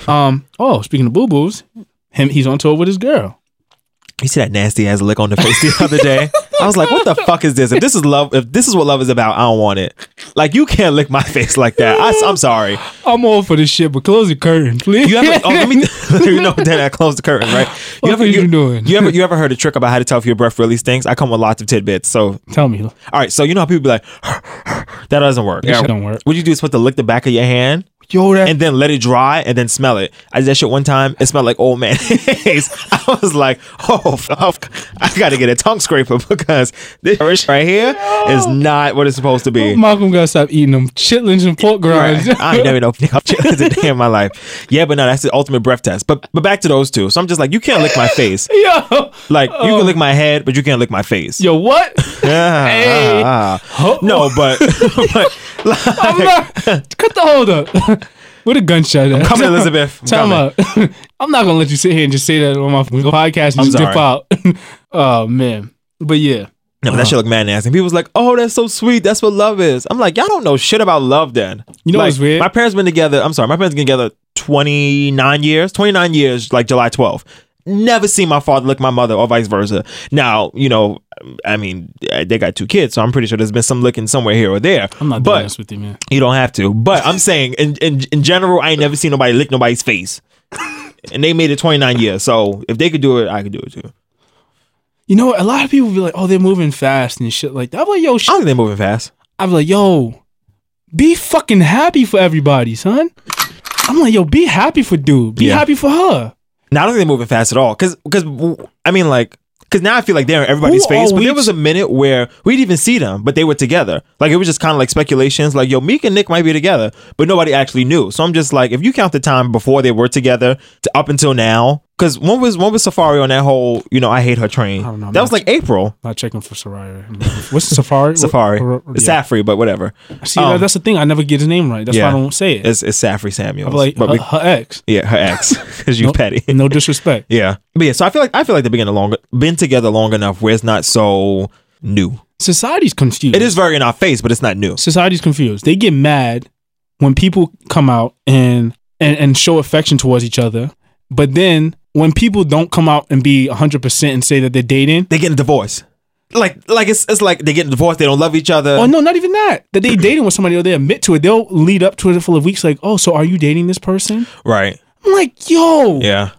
[SPEAKER 5] Um. Oh, speaking of boo boos, him he's on tour with his girl.
[SPEAKER 7] you see that nasty ass lick on the face
[SPEAKER 5] *laughs*
[SPEAKER 7] the other day? I was like, what the fuck is this? If this is love, if this is what love is about, I don't want it. Like you can't lick my face like that. I, am sorry.
[SPEAKER 5] I'm all for this shit, but close the curtain, please.
[SPEAKER 7] You ever? Oh, let
[SPEAKER 5] *laughs*
[SPEAKER 7] me. *laughs* you know, then I close the curtain, right?
[SPEAKER 5] What are you doing?
[SPEAKER 7] You ever? You ever heard a trick about how to tell if your breath release things? I come with lots of tidbits. So,
[SPEAKER 5] Tell me, this
[SPEAKER 7] all right. So you know how people be like, *laughs* that doesn't work.
[SPEAKER 5] shit don't work.
[SPEAKER 7] What you do is supposed to lick the back of your hand.
[SPEAKER 5] Yo, that
[SPEAKER 7] and then let it dry and then smell it. I did that shit one time. It smelled like old man. *laughs* I was like, oh, fuck. I got to get a tongue scraper *laughs* because this shit right here is not what it's supposed to *laughs* be.
[SPEAKER 5] *laughs* Malcolm got to stop eating them chitlins and pork
[SPEAKER 7] Right.
[SPEAKER 5] grinds.
[SPEAKER 7] *laughs* I ain't never know chitlins a day in my life. Yeah, but no, that's the ultimate breath test. But but back to those two. So I'm just like, you can't lick my face.
[SPEAKER 5] *laughs* yo,
[SPEAKER 7] Like you can lick my head, but you can't lick my face.
[SPEAKER 5] Oh. yo, what?
[SPEAKER 7] Ah,
[SPEAKER 5] Hey.
[SPEAKER 7] ah, ah. *laughs* No, but, but
[SPEAKER 5] *laughs* I'm
[SPEAKER 7] *laughs*
[SPEAKER 5] not, cut the hold up. *laughs* With a gunshot. at?
[SPEAKER 7] coming, Elizabeth. I'm
[SPEAKER 5] Time
[SPEAKER 7] coming.
[SPEAKER 5] out. *laughs* I'm not gonna let you sit here and just say that on my podcast
[SPEAKER 7] I'm
[SPEAKER 5] and just dip
[SPEAKER 7] sorry.
[SPEAKER 5] out. *laughs* oh man, but yeah,
[SPEAKER 7] No, but that shit look mad nasty. People was like, "Oh, that's so sweet. That's what love is." I'm like, "Y'all don't know shit about love, then."
[SPEAKER 5] You know
[SPEAKER 7] Like,
[SPEAKER 5] what's weird?
[SPEAKER 7] My parents been together. I'm sorry, my parents been together 29 years. 29 years, like July 12th. Never seen my father lick my mother, or vice versa. Now, you know, I mean, eh, they got two kids, so I'm pretty sure there's been some licking somewhere here or there.
[SPEAKER 5] I'm not doing
[SPEAKER 7] but
[SPEAKER 5] this with you, man.
[SPEAKER 7] you don't have to.
[SPEAKER 5] *laughs*
[SPEAKER 7] But I'm saying, in, in in general, I ain't never seen nobody lick
[SPEAKER 5] *laughs*
[SPEAKER 7] nobody's face, and they made it 29 years. So if they could do it, I could do it too.
[SPEAKER 5] You know, a lot of people be like, "Oh, they're moving fast and shit like that." I'm like, "Yo,
[SPEAKER 7] I
[SPEAKER 5] shut
[SPEAKER 7] don't think they're moving fast.
[SPEAKER 5] I was like, yo, be fucking happy for everybody, son. I'm like, yo, be happy for dude. Be
[SPEAKER 7] Yeah.
[SPEAKER 5] happy for her.
[SPEAKER 7] Now I don't think they're moving fast at all. Cause, cause w- I mean, like, cause now I feel like they're in everybody's
[SPEAKER 5] Who
[SPEAKER 7] face.
[SPEAKER 5] are
[SPEAKER 7] But
[SPEAKER 5] we
[SPEAKER 7] there was a minute where we didn't even see them, but they were together. Like it was just kind of like speculations. Like, yo, Meek and Nick might be together, but nobody actually knew. So I'm just like, if you count the time before they were together to up until now, cause when was when was Safari on that whole? You know, I hate her train.
[SPEAKER 5] don't know,
[SPEAKER 7] that was
[SPEAKER 5] man.
[SPEAKER 7] like April.
[SPEAKER 5] Not checking for Soraya. What's Safari?
[SPEAKER 7] Safari, it's
[SPEAKER 5] Yeah.
[SPEAKER 7] Safri, but whatever.
[SPEAKER 5] See,
[SPEAKER 7] Um,
[SPEAKER 5] that's the thing. I never get his name right. That's why I
[SPEAKER 7] yeah.
[SPEAKER 5] don't say it.
[SPEAKER 7] It's, it's Safri Samuels.
[SPEAKER 5] I'm like uh,
[SPEAKER 7] but we,
[SPEAKER 5] her, her ex.
[SPEAKER 7] yeah, her ex, *laughs* cause you
[SPEAKER 5] No-
[SPEAKER 7] petty.
[SPEAKER 5] No disrespect.
[SPEAKER 7] Yeah, but yeah. So I feel like I feel like they've been long, been together long enough where it's not so new.
[SPEAKER 5] Society's confused.
[SPEAKER 7] It is very in our face, but it's not new.
[SPEAKER 5] Society's confused. They get mad when people come out and and, and show affection towards each other, but then when people don't come out and be 100% and say that they're dating,
[SPEAKER 7] They getting a divorce, like like it's it's like they getting divorced. They don't love each other.
[SPEAKER 5] Oh no, not even that. That they dating with somebody or they admit to it. They'll lead up to it full of weeks like, oh, so are you dating this person?
[SPEAKER 7] Right?
[SPEAKER 5] I'm like, yo,
[SPEAKER 7] Yeah.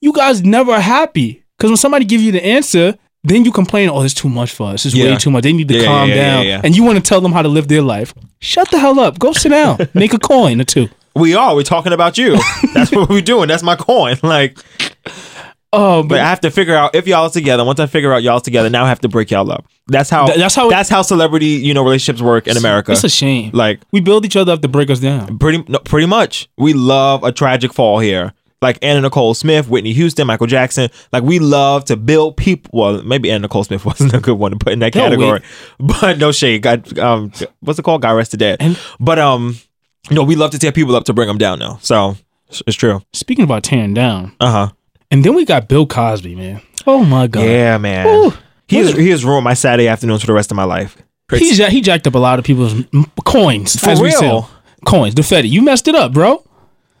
[SPEAKER 5] you guys never are happy. Cause when somebody give you the answer, then you complain, oh, it's too much for us. It's way
[SPEAKER 7] Yeah.
[SPEAKER 5] too much. They need to
[SPEAKER 7] Yeah, yeah,
[SPEAKER 5] calm
[SPEAKER 7] yeah, yeah,
[SPEAKER 5] down.
[SPEAKER 7] yeah.
[SPEAKER 5] And you want to tell them how to live their life. Shut the hell up. Go sit
[SPEAKER 7] *laughs*
[SPEAKER 5] down. Make a coin or two.
[SPEAKER 7] We are. We're talking about
[SPEAKER 5] *laughs*
[SPEAKER 7] you. That's what we're doing. That's my coin. *laughs* Like,
[SPEAKER 5] Oh,
[SPEAKER 7] but I
[SPEAKER 5] but
[SPEAKER 7] have to figure out if y'all is together. Once I figure out y'all is together, now I have to break y'all up. That's how.
[SPEAKER 5] Th- that's how-
[SPEAKER 7] That's how celebrity you know relationships work in America.
[SPEAKER 5] it's a shame.
[SPEAKER 7] like
[SPEAKER 5] we build each other up to break us down.
[SPEAKER 7] pretty no, pretty much we love a tragic fall here like Anna Nicole Smith, Whitney Houston, Michael Jackson. Like we love to build people. Well, maybe Anna Nicole Smith *laughs* wasn't a good one to put in that
[SPEAKER 5] No,
[SPEAKER 7] category, but no shade. God, um, what's it called? God rest the dead.
[SPEAKER 5] And-
[SPEAKER 7] but um, no, we love to tear people up to bring them down. Now, so it's, it's true.
[SPEAKER 5] Speaking about tearing down,
[SPEAKER 7] Uh huh.
[SPEAKER 5] and then we got Bill Cosby, man. Oh my God.
[SPEAKER 7] Yeah, man.
[SPEAKER 5] Ooh.
[SPEAKER 7] He has he has ruined my Saturday afternoons for the rest of my life.
[SPEAKER 5] He, ja- he jacked up a lot of people's m- coins.
[SPEAKER 7] For
[SPEAKER 5] as we
[SPEAKER 7] real?
[SPEAKER 5] sell. Coins, the Fetty. You messed it up, bro.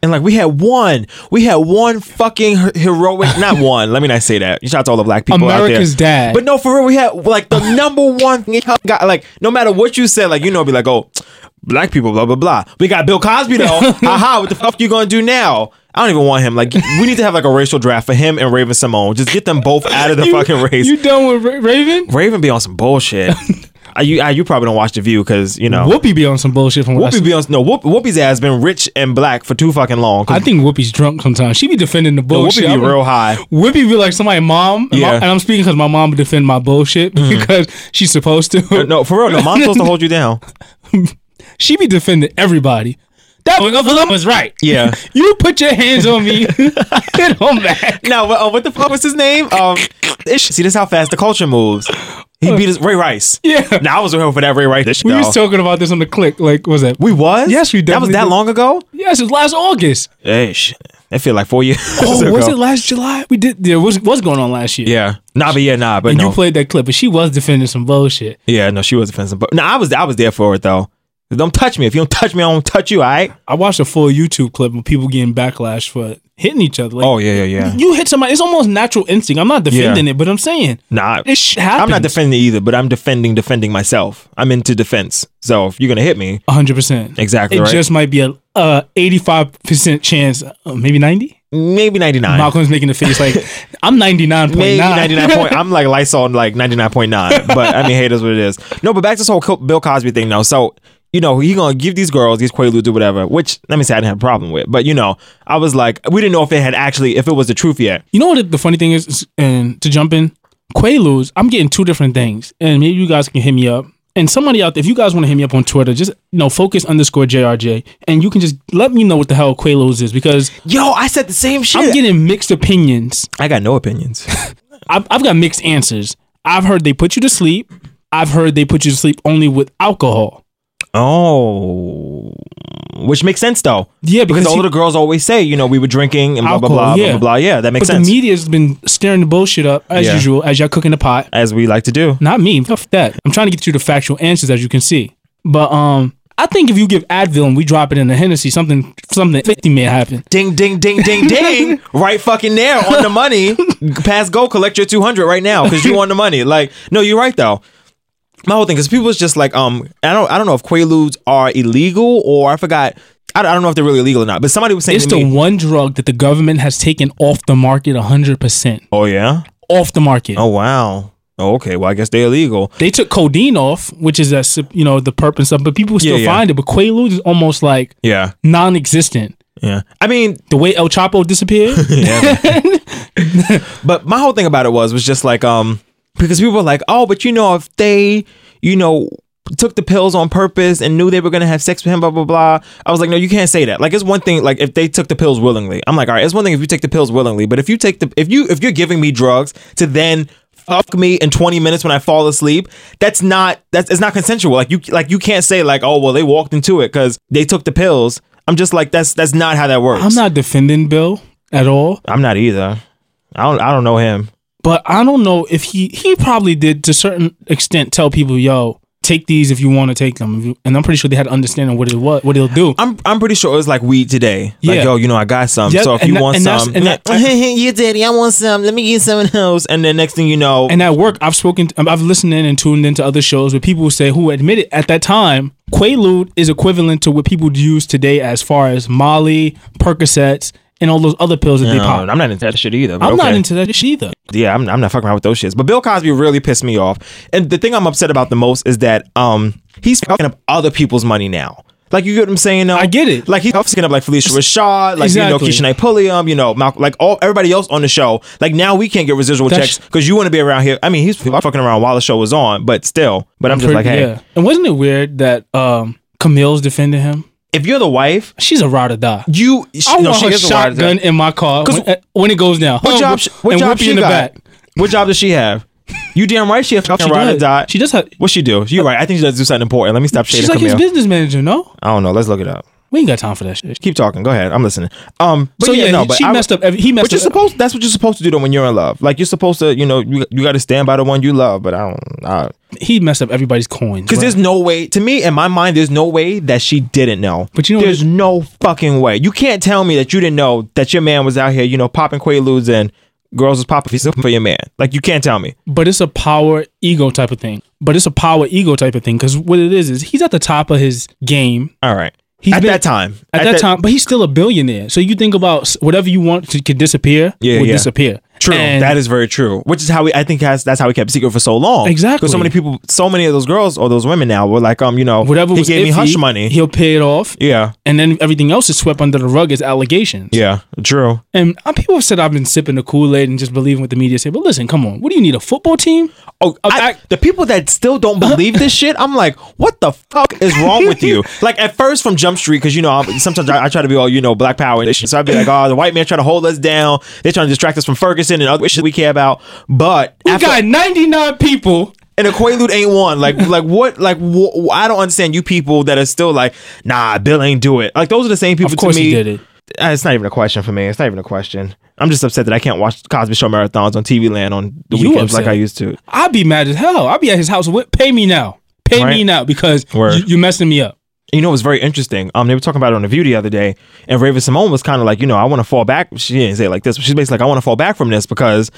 [SPEAKER 7] And like we had one, we had one fucking he- *laughs* heroic, not one. Let me not say that. Shout out to all the black people
[SPEAKER 5] America's
[SPEAKER 7] out there.
[SPEAKER 5] dad.
[SPEAKER 7] But no, for real, we had like *laughs* the number one thing. Guy, like no matter what you said, like you know, be like, oh, black people, blah blah blah. We got Bill Cosby *laughs* though. Haha, what the fuck you gonna do now? I don't even want him. Like we need to have like a racial draft for him and Raven Simone. Just get them both out *laughs* of the fucking race.
[SPEAKER 5] You done with Ra- Raven?
[SPEAKER 7] Raven be on some *laughs* bullshit. I, you, I, you probably don't watch the View because you know.
[SPEAKER 5] Whoopi be on some bullshit from what I
[SPEAKER 7] Whoopi
[SPEAKER 5] see.
[SPEAKER 7] be on no Whoop, Whoopi's ass been rich and black for too fucking long. 'Cause
[SPEAKER 5] I think Whoopi's drunk sometimes. She be defending the
[SPEAKER 7] Whoopi
[SPEAKER 5] bullshit.
[SPEAKER 7] be
[SPEAKER 5] Oh, I'm-
[SPEAKER 7] real high.
[SPEAKER 5] Whoopi be like somebody mom. And,
[SPEAKER 7] Yeah.
[SPEAKER 5] my- and I'm speaking because my mom would defend my bullshit because she's supposed to.
[SPEAKER 7] Uh, No, for real. No,
[SPEAKER 5] *laughs*
[SPEAKER 7] mom's supposed to hold you *laughs* down.
[SPEAKER 5] She be defending everybody. That was, Oh, was right.
[SPEAKER 7] Yeah.
[SPEAKER 5] *laughs* you put your hands on me. *laughs* Get on back.
[SPEAKER 7] No, but, uh, what the fuck was his name? Um, it's- see, this is how fast the culture moves. He beat his Ray Rice.
[SPEAKER 5] Yeah.
[SPEAKER 7] Now I was with him for that Ray Rice.
[SPEAKER 5] We
[SPEAKER 7] though.
[SPEAKER 5] was talking about this on the click. Like, was that?
[SPEAKER 7] we was.
[SPEAKER 5] Yes, we
[SPEAKER 7] That was
[SPEAKER 5] definitely
[SPEAKER 7] that
[SPEAKER 5] did.
[SPEAKER 7] long ago.
[SPEAKER 5] Yes, it was last August.
[SPEAKER 7] Hey, shit. That feel like four years.
[SPEAKER 5] Oh,
[SPEAKER 7] ago.
[SPEAKER 5] was it last July? We did. Yeah, what's what's going on last year?
[SPEAKER 7] yeah. Nah, but yeah, nah, but
[SPEAKER 5] and
[SPEAKER 7] no.
[SPEAKER 5] you played that clip, but she was defending some bullshit.
[SPEAKER 7] yeah, no, she was offensive, but no, I was, I was there for it though. Don't touch me. If you don't touch me, I don't touch you. All right.
[SPEAKER 5] I watched a full YouTube clip of people getting backlash for hitting each other. Like,
[SPEAKER 7] Oh yeah, yeah, yeah.
[SPEAKER 5] you hit somebody. It's almost natural instinct. I'm not defending it, but I'm saying
[SPEAKER 7] Nah,
[SPEAKER 5] this shit happens.
[SPEAKER 7] I'm not defending either, but I'm defending, defending myself. I'm into defense. So if you're gonna hit me,
[SPEAKER 5] 100. percent
[SPEAKER 7] Exactly
[SPEAKER 5] It
[SPEAKER 7] right.
[SPEAKER 5] just might be a uh 85 percent chance, uh, maybe 90.
[SPEAKER 7] maybe 99.
[SPEAKER 5] Malcolm's making the face like I'm 99.9.
[SPEAKER 7] Maybe 99
[SPEAKER 5] *laughs*
[SPEAKER 7] point. I'm like Lysol and like 99.9. But I mean, hey, that's what it is. No, but back to this whole Co- Bill Cosby thing though. So, you know, he gonna give these girls these Quaaludes or whatever, which let me say I didn't have a problem with. But you know, I was like, we didn't know if it had actually, if it was the truth yet.
[SPEAKER 5] You know what the funny thing is, is- and to jump in, Quaaludes. I'm getting two different things, and maybe you guys can hit me up. And somebody out there, if you guys want to hit me up on Twitter, just you know, focus underscore JRJ, and you can just let me know what the hell Quaaludes is because
[SPEAKER 7] Yo, I said the same shit.
[SPEAKER 5] I'm getting mixed opinions.
[SPEAKER 7] I got no opinions.
[SPEAKER 5] I've, I've got mixed answers. I've heard they put you to sleep. I've heard they put you to sleep only with alcohol.
[SPEAKER 7] oh. Which makes sense though.
[SPEAKER 5] Yeah,
[SPEAKER 7] Because
[SPEAKER 5] because
[SPEAKER 7] all
[SPEAKER 5] he-
[SPEAKER 7] of the girls always say, you know, we were drinking and blah, blah,
[SPEAKER 5] Alcohol,
[SPEAKER 7] blah,
[SPEAKER 5] yeah.
[SPEAKER 7] blah, blah, blah. Yeah, that makes
[SPEAKER 5] But
[SPEAKER 7] sense.
[SPEAKER 5] the media's been stirring the bullshit up as
[SPEAKER 7] Yeah.
[SPEAKER 5] usual, as y'all cooking the pot.
[SPEAKER 7] As we like to do.
[SPEAKER 5] Not me. Fuck that. I'm trying to get you the factual answers, as you can see. But um, I think if you give Advil and we drop it in the Hennessy, something something fifty may happen.
[SPEAKER 7] Ding, ding,
[SPEAKER 5] *laughs*
[SPEAKER 7] ding, ding, ding. right fucking there on the money. Pass go, collect your 200 right now because you on the money. Like, no, you're right though. My whole thing is people is just like, um, I don't, I don't know if Quaaludes are illegal or I forgot. I don't, I don't know if they're really illegal or not, but somebody was saying
[SPEAKER 5] It's
[SPEAKER 7] to
[SPEAKER 5] the
[SPEAKER 7] me,
[SPEAKER 5] one drug that the government has taken off the market hundred percent.
[SPEAKER 7] oh yeah?
[SPEAKER 5] Off the market.
[SPEAKER 7] Oh wow. Oh, okay. Well, I guess they're illegal.
[SPEAKER 5] They took codeine off, which is that you know the purpose of, but people still
[SPEAKER 7] Yeah, yeah.
[SPEAKER 5] find it. But Quaaludes is almost like
[SPEAKER 7] Yeah.
[SPEAKER 5] non-existent.
[SPEAKER 7] Yeah. I mean,
[SPEAKER 5] The way El Chapo
[SPEAKER 7] *laughs*
[SPEAKER 5] disappeared.
[SPEAKER 7] But my whole thing about it was was just like um because people were like, oh, but you know, if they, you know, took the pills on purpose and knew they were gonna have sex with him, blah blah blah. I was like, no, you can't say that. Like it's one thing, like if they took the pills willingly, I'm like, all right, it's one thing if you take the pills willingly, but if you take the if you if you're giving me drugs to then fuck me in 20 minutes when I fall asleep, that's not that's it's not consensual. Like you like you can't say like, oh well, they walked into it because they took the pills. I'm just like that's that's not how that
[SPEAKER 5] *laughs*
[SPEAKER 7] works.
[SPEAKER 5] I'm not defending Bill at all,
[SPEAKER 7] I'm not either. I don't I don't know him.
[SPEAKER 5] but I don't know if he he probably did to a certain extent tell people, "Yo, take these if you want to take them." If you- And I'm pretty sure they had understanding what it was, what it'll do.
[SPEAKER 7] I'm I'm pretty sure it was like weed today.
[SPEAKER 5] Yeah.
[SPEAKER 7] Like yo, you know I got some.
[SPEAKER 5] Yep,
[SPEAKER 7] So if
[SPEAKER 5] and
[SPEAKER 7] you
[SPEAKER 5] that-
[SPEAKER 7] want
[SPEAKER 5] and that's-
[SPEAKER 7] some,
[SPEAKER 5] and that-
[SPEAKER 7] *laughs* yeah, daddy, I want some. Let me get some else. And then next thing you know,
[SPEAKER 5] and at work, I've spoken, um, I've listened in and tuned into other shows where people say who admitted at that time Quaalude is equivalent to what people use today as far as Molly, Percocets, and all those other pills that they
[SPEAKER 7] No,
[SPEAKER 5] pop.
[SPEAKER 7] I'm not into that shit either. but
[SPEAKER 5] I'm not
[SPEAKER 7] okay.
[SPEAKER 5] into that shit either.
[SPEAKER 7] yeah, I'm, I'm not fucking around with those shits. But Bill Cosby really pissed me off. And the thing I'm upset about the most is that um he's fucking up other people's money now. Like you get what I'm saying? though?
[SPEAKER 5] I get it.
[SPEAKER 7] Like he's fucking up like Felicia Rashad, like
[SPEAKER 5] Exactly.
[SPEAKER 7] you know Keisha Pulliam, you know Malcolm, like all everybody else on the show. Like now we can't get residual
[SPEAKER 5] That's-
[SPEAKER 7] checks because you want to be around here. I mean, he's fucking around while the show was on, but still. But I'm, just like, hey,
[SPEAKER 5] And wasn't it weird that um, Camille's defending him?
[SPEAKER 7] if you're the wife,
[SPEAKER 5] She's a ride or die.
[SPEAKER 7] You sh-
[SPEAKER 5] I
[SPEAKER 7] no,
[SPEAKER 5] want
[SPEAKER 7] she
[SPEAKER 5] her
[SPEAKER 7] is a wild
[SPEAKER 5] shotgun
[SPEAKER 7] type.
[SPEAKER 5] in my car
[SPEAKER 7] 'Cause
[SPEAKER 5] when, uh, when it goes down. *laughs*
[SPEAKER 7] What
[SPEAKER 5] Huh,
[SPEAKER 7] job?
[SPEAKER 5] wh-
[SPEAKER 7] sh- What
[SPEAKER 5] and
[SPEAKER 7] job
[SPEAKER 5] whoop you
[SPEAKER 7] she
[SPEAKER 5] in the
[SPEAKER 7] got?
[SPEAKER 5] back.
[SPEAKER 7] What job does she have? You damn right she have fucking
[SPEAKER 5] She
[SPEAKER 7] ride or
[SPEAKER 5] does.
[SPEAKER 7] die.
[SPEAKER 5] She does have.
[SPEAKER 7] What she do? You right. I think she does do something important. Let me stop shading
[SPEAKER 5] She's like his
[SPEAKER 7] Camille.
[SPEAKER 5] business manager. No,
[SPEAKER 7] I don't know. Let's look it up.
[SPEAKER 5] we ain't got time for that shit.
[SPEAKER 7] Keep talking. Go ahead. I'm listening. Um. But
[SPEAKER 5] so
[SPEAKER 7] yeah,
[SPEAKER 5] yeah,
[SPEAKER 7] no.
[SPEAKER 5] he-
[SPEAKER 7] But
[SPEAKER 5] she
[SPEAKER 7] I,
[SPEAKER 5] messed up. every- He messed
[SPEAKER 7] But you're
[SPEAKER 5] up.
[SPEAKER 7] supposed. That's what you're supposed to do though when you're in love. Like you're supposed to. You know. You you got to stand by the one you love. But I don't.
[SPEAKER 5] he messed up everybody's coins.
[SPEAKER 7] Because
[SPEAKER 5] right?
[SPEAKER 7] there's no way. To me, in my mind, there's no way that she didn't know.
[SPEAKER 5] But you know what
[SPEAKER 7] there's
[SPEAKER 5] it-
[SPEAKER 7] no fucking way. You can't tell me that you didn't know that your man was out here. You know, popping quaaludes and girls was popping for your man. Like you can't tell me.
[SPEAKER 5] but it's a power ego type of thing. But it's a power ego type of thing because what it is is he's at the top of his game
[SPEAKER 7] All right.
[SPEAKER 5] He's
[SPEAKER 7] at
[SPEAKER 5] been-
[SPEAKER 7] that time.
[SPEAKER 5] at, that, time, but he's still a billionaire. So you think about s- whatever you want to could disappear
[SPEAKER 7] Yeah,
[SPEAKER 5] will
[SPEAKER 7] yeah.
[SPEAKER 5] disappear.
[SPEAKER 7] True.
[SPEAKER 5] And-
[SPEAKER 7] that is very true. Which is how we, I think, has, that's how we kept secret for so long.
[SPEAKER 5] Exactly.
[SPEAKER 7] Because so many people, so many of those girls or those women now were like, um, you know,
[SPEAKER 5] whatever
[SPEAKER 7] he
[SPEAKER 5] was
[SPEAKER 7] gave me
[SPEAKER 5] iffy,
[SPEAKER 7] hush money.
[SPEAKER 5] He'll pay it off,
[SPEAKER 7] yeah.
[SPEAKER 5] and then everything else is swept under the rug as allegations.
[SPEAKER 7] Yeah. True.
[SPEAKER 5] And uh, people have said I've been sipping the Kool Aid and just believing what the media say. But listen, come on, what do you need a football team?
[SPEAKER 7] Oh,
[SPEAKER 5] Uh,
[SPEAKER 7] I,
[SPEAKER 5] I-
[SPEAKER 7] the people that still don't believe this shit, I'm like, what the fuck is wrong
[SPEAKER 5] *laughs*
[SPEAKER 7] with you? Like at first from Jump Street, because you know, I'm, sometimes I, I try to be all you know, Black Power and shit. So I'd be like, oh, the white man trying to hold us down. They're trying to distract us from Ferguson and other shit we care about. But
[SPEAKER 5] We
[SPEAKER 7] after-
[SPEAKER 5] got 99 people.
[SPEAKER 7] and a Quaalude ain't one.
[SPEAKER 5] *laughs*
[SPEAKER 7] Like, like what? Like, wh- I don't understand you people that are still like, nah, Bill ain't do it. Like, those are the same people.
[SPEAKER 5] Of course
[SPEAKER 7] to
[SPEAKER 5] he
[SPEAKER 7] me,
[SPEAKER 5] did it.
[SPEAKER 7] Uh, it's not even a question for me. It's not even a question. I'm just upset that I can't watch Cosby Show marathons on TV Land on the
[SPEAKER 5] You
[SPEAKER 7] weekends like
[SPEAKER 5] upset.
[SPEAKER 7] I used to.
[SPEAKER 5] I'd be mad as hell. I'd be at his house. What? Pay me now. Pay
[SPEAKER 7] Right.
[SPEAKER 5] me now because you,
[SPEAKER 7] Word.
[SPEAKER 5] you're messing me up.
[SPEAKER 7] You know, it was very interesting. Um, they were talking about it on the View the other day, and Raven Simone was kind of like, you know, I want to fall back. She didn't say it like this, but she's basically like, I want to fall back from this because,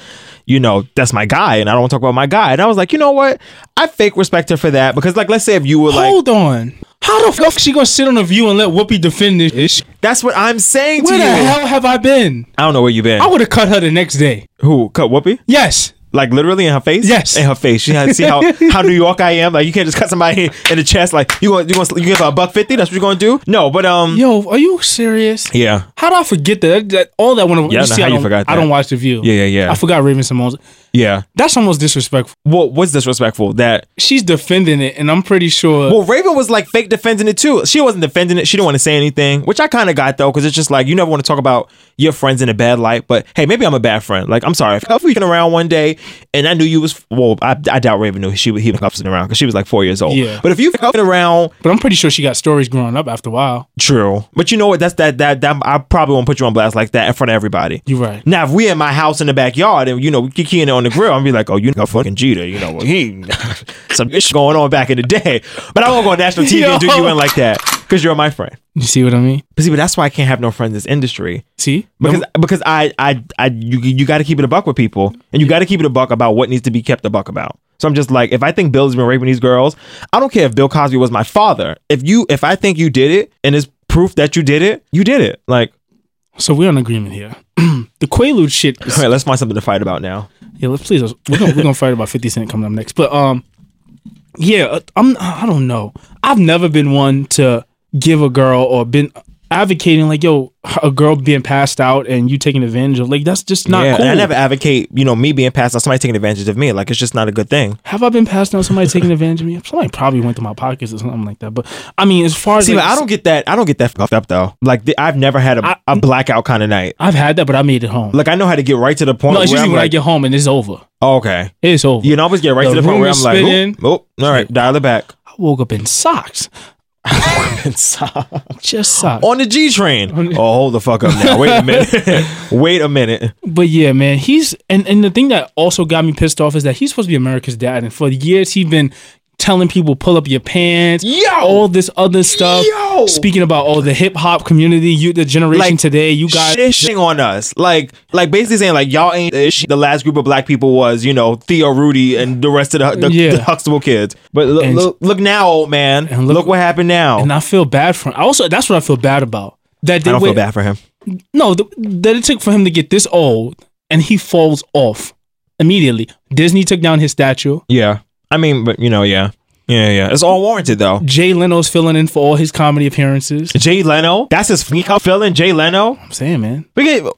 [SPEAKER 7] you know, that's my guy, and I don't want to talk about my guy. And I was like, you know what? I fake respect her for that because, like, let's say if you were like,
[SPEAKER 5] Hold on. How the fuck she gonna sit on the view and let Whoopi defend this? Shit?
[SPEAKER 7] that's what I'm saying to
[SPEAKER 5] Where the
[SPEAKER 7] you.
[SPEAKER 5] hell have I been?
[SPEAKER 7] I don't know where you've been.
[SPEAKER 5] I would have cut her the next day.
[SPEAKER 7] Who cut Whoopi?
[SPEAKER 5] Yes.
[SPEAKER 7] Like literally in her face?
[SPEAKER 5] Yes.
[SPEAKER 7] in her face. She had
[SPEAKER 5] *laughs*
[SPEAKER 7] see how how New York I am. Like you can't just cut somebody in the chest. Like you want you want you give her a buck fifty? That's what you're gonna do? No, but um,
[SPEAKER 5] Yo, are you serious?
[SPEAKER 7] yeah,
[SPEAKER 5] How did I forget that? that all that when I-
[SPEAKER 7] Yeah, I don't know how
[SPEAKER 5] I
[SPEAKER 7] you
[SPEAKER 5] don't,
[SPEAKER 7] forgot
[SPEAKER 5] I
[SPEAKER 7] that.
[SPEAKER 5] don't watch the view.
[SPEAKER 7] Yeah, yeah, yeah.
[SPEAKER 5] I forgot Raven Simone's.
[SPEAKER 7] yeah.
[SPEAKER 5] That's almost disrespectful.
[SPEAKER 7] What what's disrespectful? That
[SPEAKER 5] She's defending it, and I'm pretty sure.
[SPEAKER 7] well, Raven was like fake defending it too. She wasn't defending it. She didn't want to say anything, which I kind of got though, because it's just like you never want to talk about your friends in a bad light. But hey, maybe I'm a bad friend. Like I'm sorry if I was fucking around one day and I knew you was well, I, I doubt Raven knew she was he was fucking around because she was like four years old.
[SPEAKER 5] Yeah.
[SPEAKER 7] But if you fucking around
[SPEAKER 5] but I'm pretty sure she got stories growing up after a while.
[SPEAKER 7] True, but you know what? That's that that that I probably won't put you on blast like that in front of everybody.
[SPEAKER 5] You're right.
[SPEAKER 7] Now, if we in my house in the backyard and you know we kicking it on the grill, I'm be like, oh, you know, fucking Jeter, you know, well, he *laughs* some shit going on back in the day. But I won't go on national TV and do you in like that because you're my friend.
[SPEAKER 5] You see what I mean?
[SPEAKER 7] But see, but that's why I can't have no friends in this industry
[SPEAKER 5] See?
[SPEAKER 7] because because I I I you you got to keep it a buck with people and you got to keep it a buck about what needs to be kept a buck about. So I'm just like, if I think Bill's been raping these girls, I don't care if Bill Cosby was my father. If you if I think you did it and it's proof that you did it, you did it. Like,
[SPEAKER 5] So we're in agreement here. *clears throat* the Quaalude shit.
[SPEAKER 7] all
[SPEAKER 5] Is,
[SPEAKER 7] right, let's find something to fight about now.
[SPEAKER 5] yeah, let's please. uh, We're gonna, we're gonna fight about Fifty Cent coming up next. But um, yeah, uh, I'm. I don't know. I've never been one to give a girl or been advocating like, yo, a girl being passed out and you taking advantage of like that's just not
[SPEAKER 7] yeah, and
[SPEAKER 5] cool.
[SPEAKER 7] I never advocate, you know, me being passed on, somebody taking advantage of me. Like it's just not a good thing.
[SPEAKER 5] Have I been passed out? Somebody taking advantage of me? Somebody probably went through my pockets or something like that. But I mean, as far as
[SPEAKER 7] See,
[SPEAKER 5] like,
[SPEAKER 7] but I don't get that. I don't get that fucked up though. Like the, I've never had a
[SPEAKER 5] I-
[SPEAKER 7] a blackout kind of night.
[SPEAKER 5] I've had that, but I made it home.
[SPEAKER 7] Like I know how to get right to the point.
[SPEAKER 5] no, it's
[SPEAKER 7] where
[SPEAKER 5] usually
[SPEAKER 7] I'm
[SPEAKER 5] when I
[SPEAKER 7] like,
[SPEAKER 5] get home and it's over.
[SPEAKER 7] oh, okay.
[SPEAKER 5] It's over.
[SPEAKER 7] You can always get right
[SPEAKER 5] The
[SPEAKER 7] to the point
[SPEAKER 5] room
[SPEAKER 7] where
[SPEAKER 5] is
[SPEAKER 7] I'm like,
[SPEAKER 5] spinning.
[SPEAKER 7] oh, all right, dial it back.
[SPEAKER 5] I woke up in
[SPEAKER 7] *laughs*
[SPEAKER 5] socks, just socks.
[SPEAKER 7] On the G train.
[SPEAKER 5] On
[SPEAKER 7] Oh,
[SPEAKER 5] the-
[SPEAKER 7] hold the fuck up now. Wait a
[SPEAKER 5] *laughs*
[SPEAKER 7] minute. Wait a minute.
[SPEAKER 5] But yeah, man, he's and and the thing that also got me pissed off is that he's supposed to be America's dad, and for years he's been telling people pull up your pants,
[SPEAKER 7] Yo!
[SPEAKER 5] all this other stuff,
[SPEAKER 7] Yo!
[SPEAKER 5] speaking about oh the hip hop community, you the generation
[SPEAKER 7] Like,
[SPEAKER 5] today, you guys.
[SPEAKER 7] shitting on us, like, like basically saying like y'all ain't the, shit. the last group of black people was you know Theo Rudy and the rest of the the,
[SPEAKER 5] Yeah.
[SPEAKER 7] the Huxtable kids. But look,
[SPEAKER 5] And-
[SPEAKER 7] look, look now, old man.
[SPEAKER 5] And
[SPEAKER 7] look,
[SPEAKER 5] look-
[SPEAKER 7] what happened now.
[SPEAKER 5] And I feel bad for him. I also that's what I feel bad about. That they
[SPEAKER 7] I don't feel
[SPEAKER 5] went-
[SPEAKER 7] bad for him.
[SPEAKER 5] No, th- that it took for him to get this old and he falls off immediately. Disney took down his statue.
[SPEAKER 7] Yeah, I mean, but you know, yeah, yeah, yeah. It's all warranted though.
[SPEAKER 5] Jay Leno's filling in for all his comedy appearances.
[SPEAKER 7] Jay Leno, that's his sneak out feeling. Jay Leno,
[SPEAKER 5] I'm saying, man,
[SPEAKER 7] we get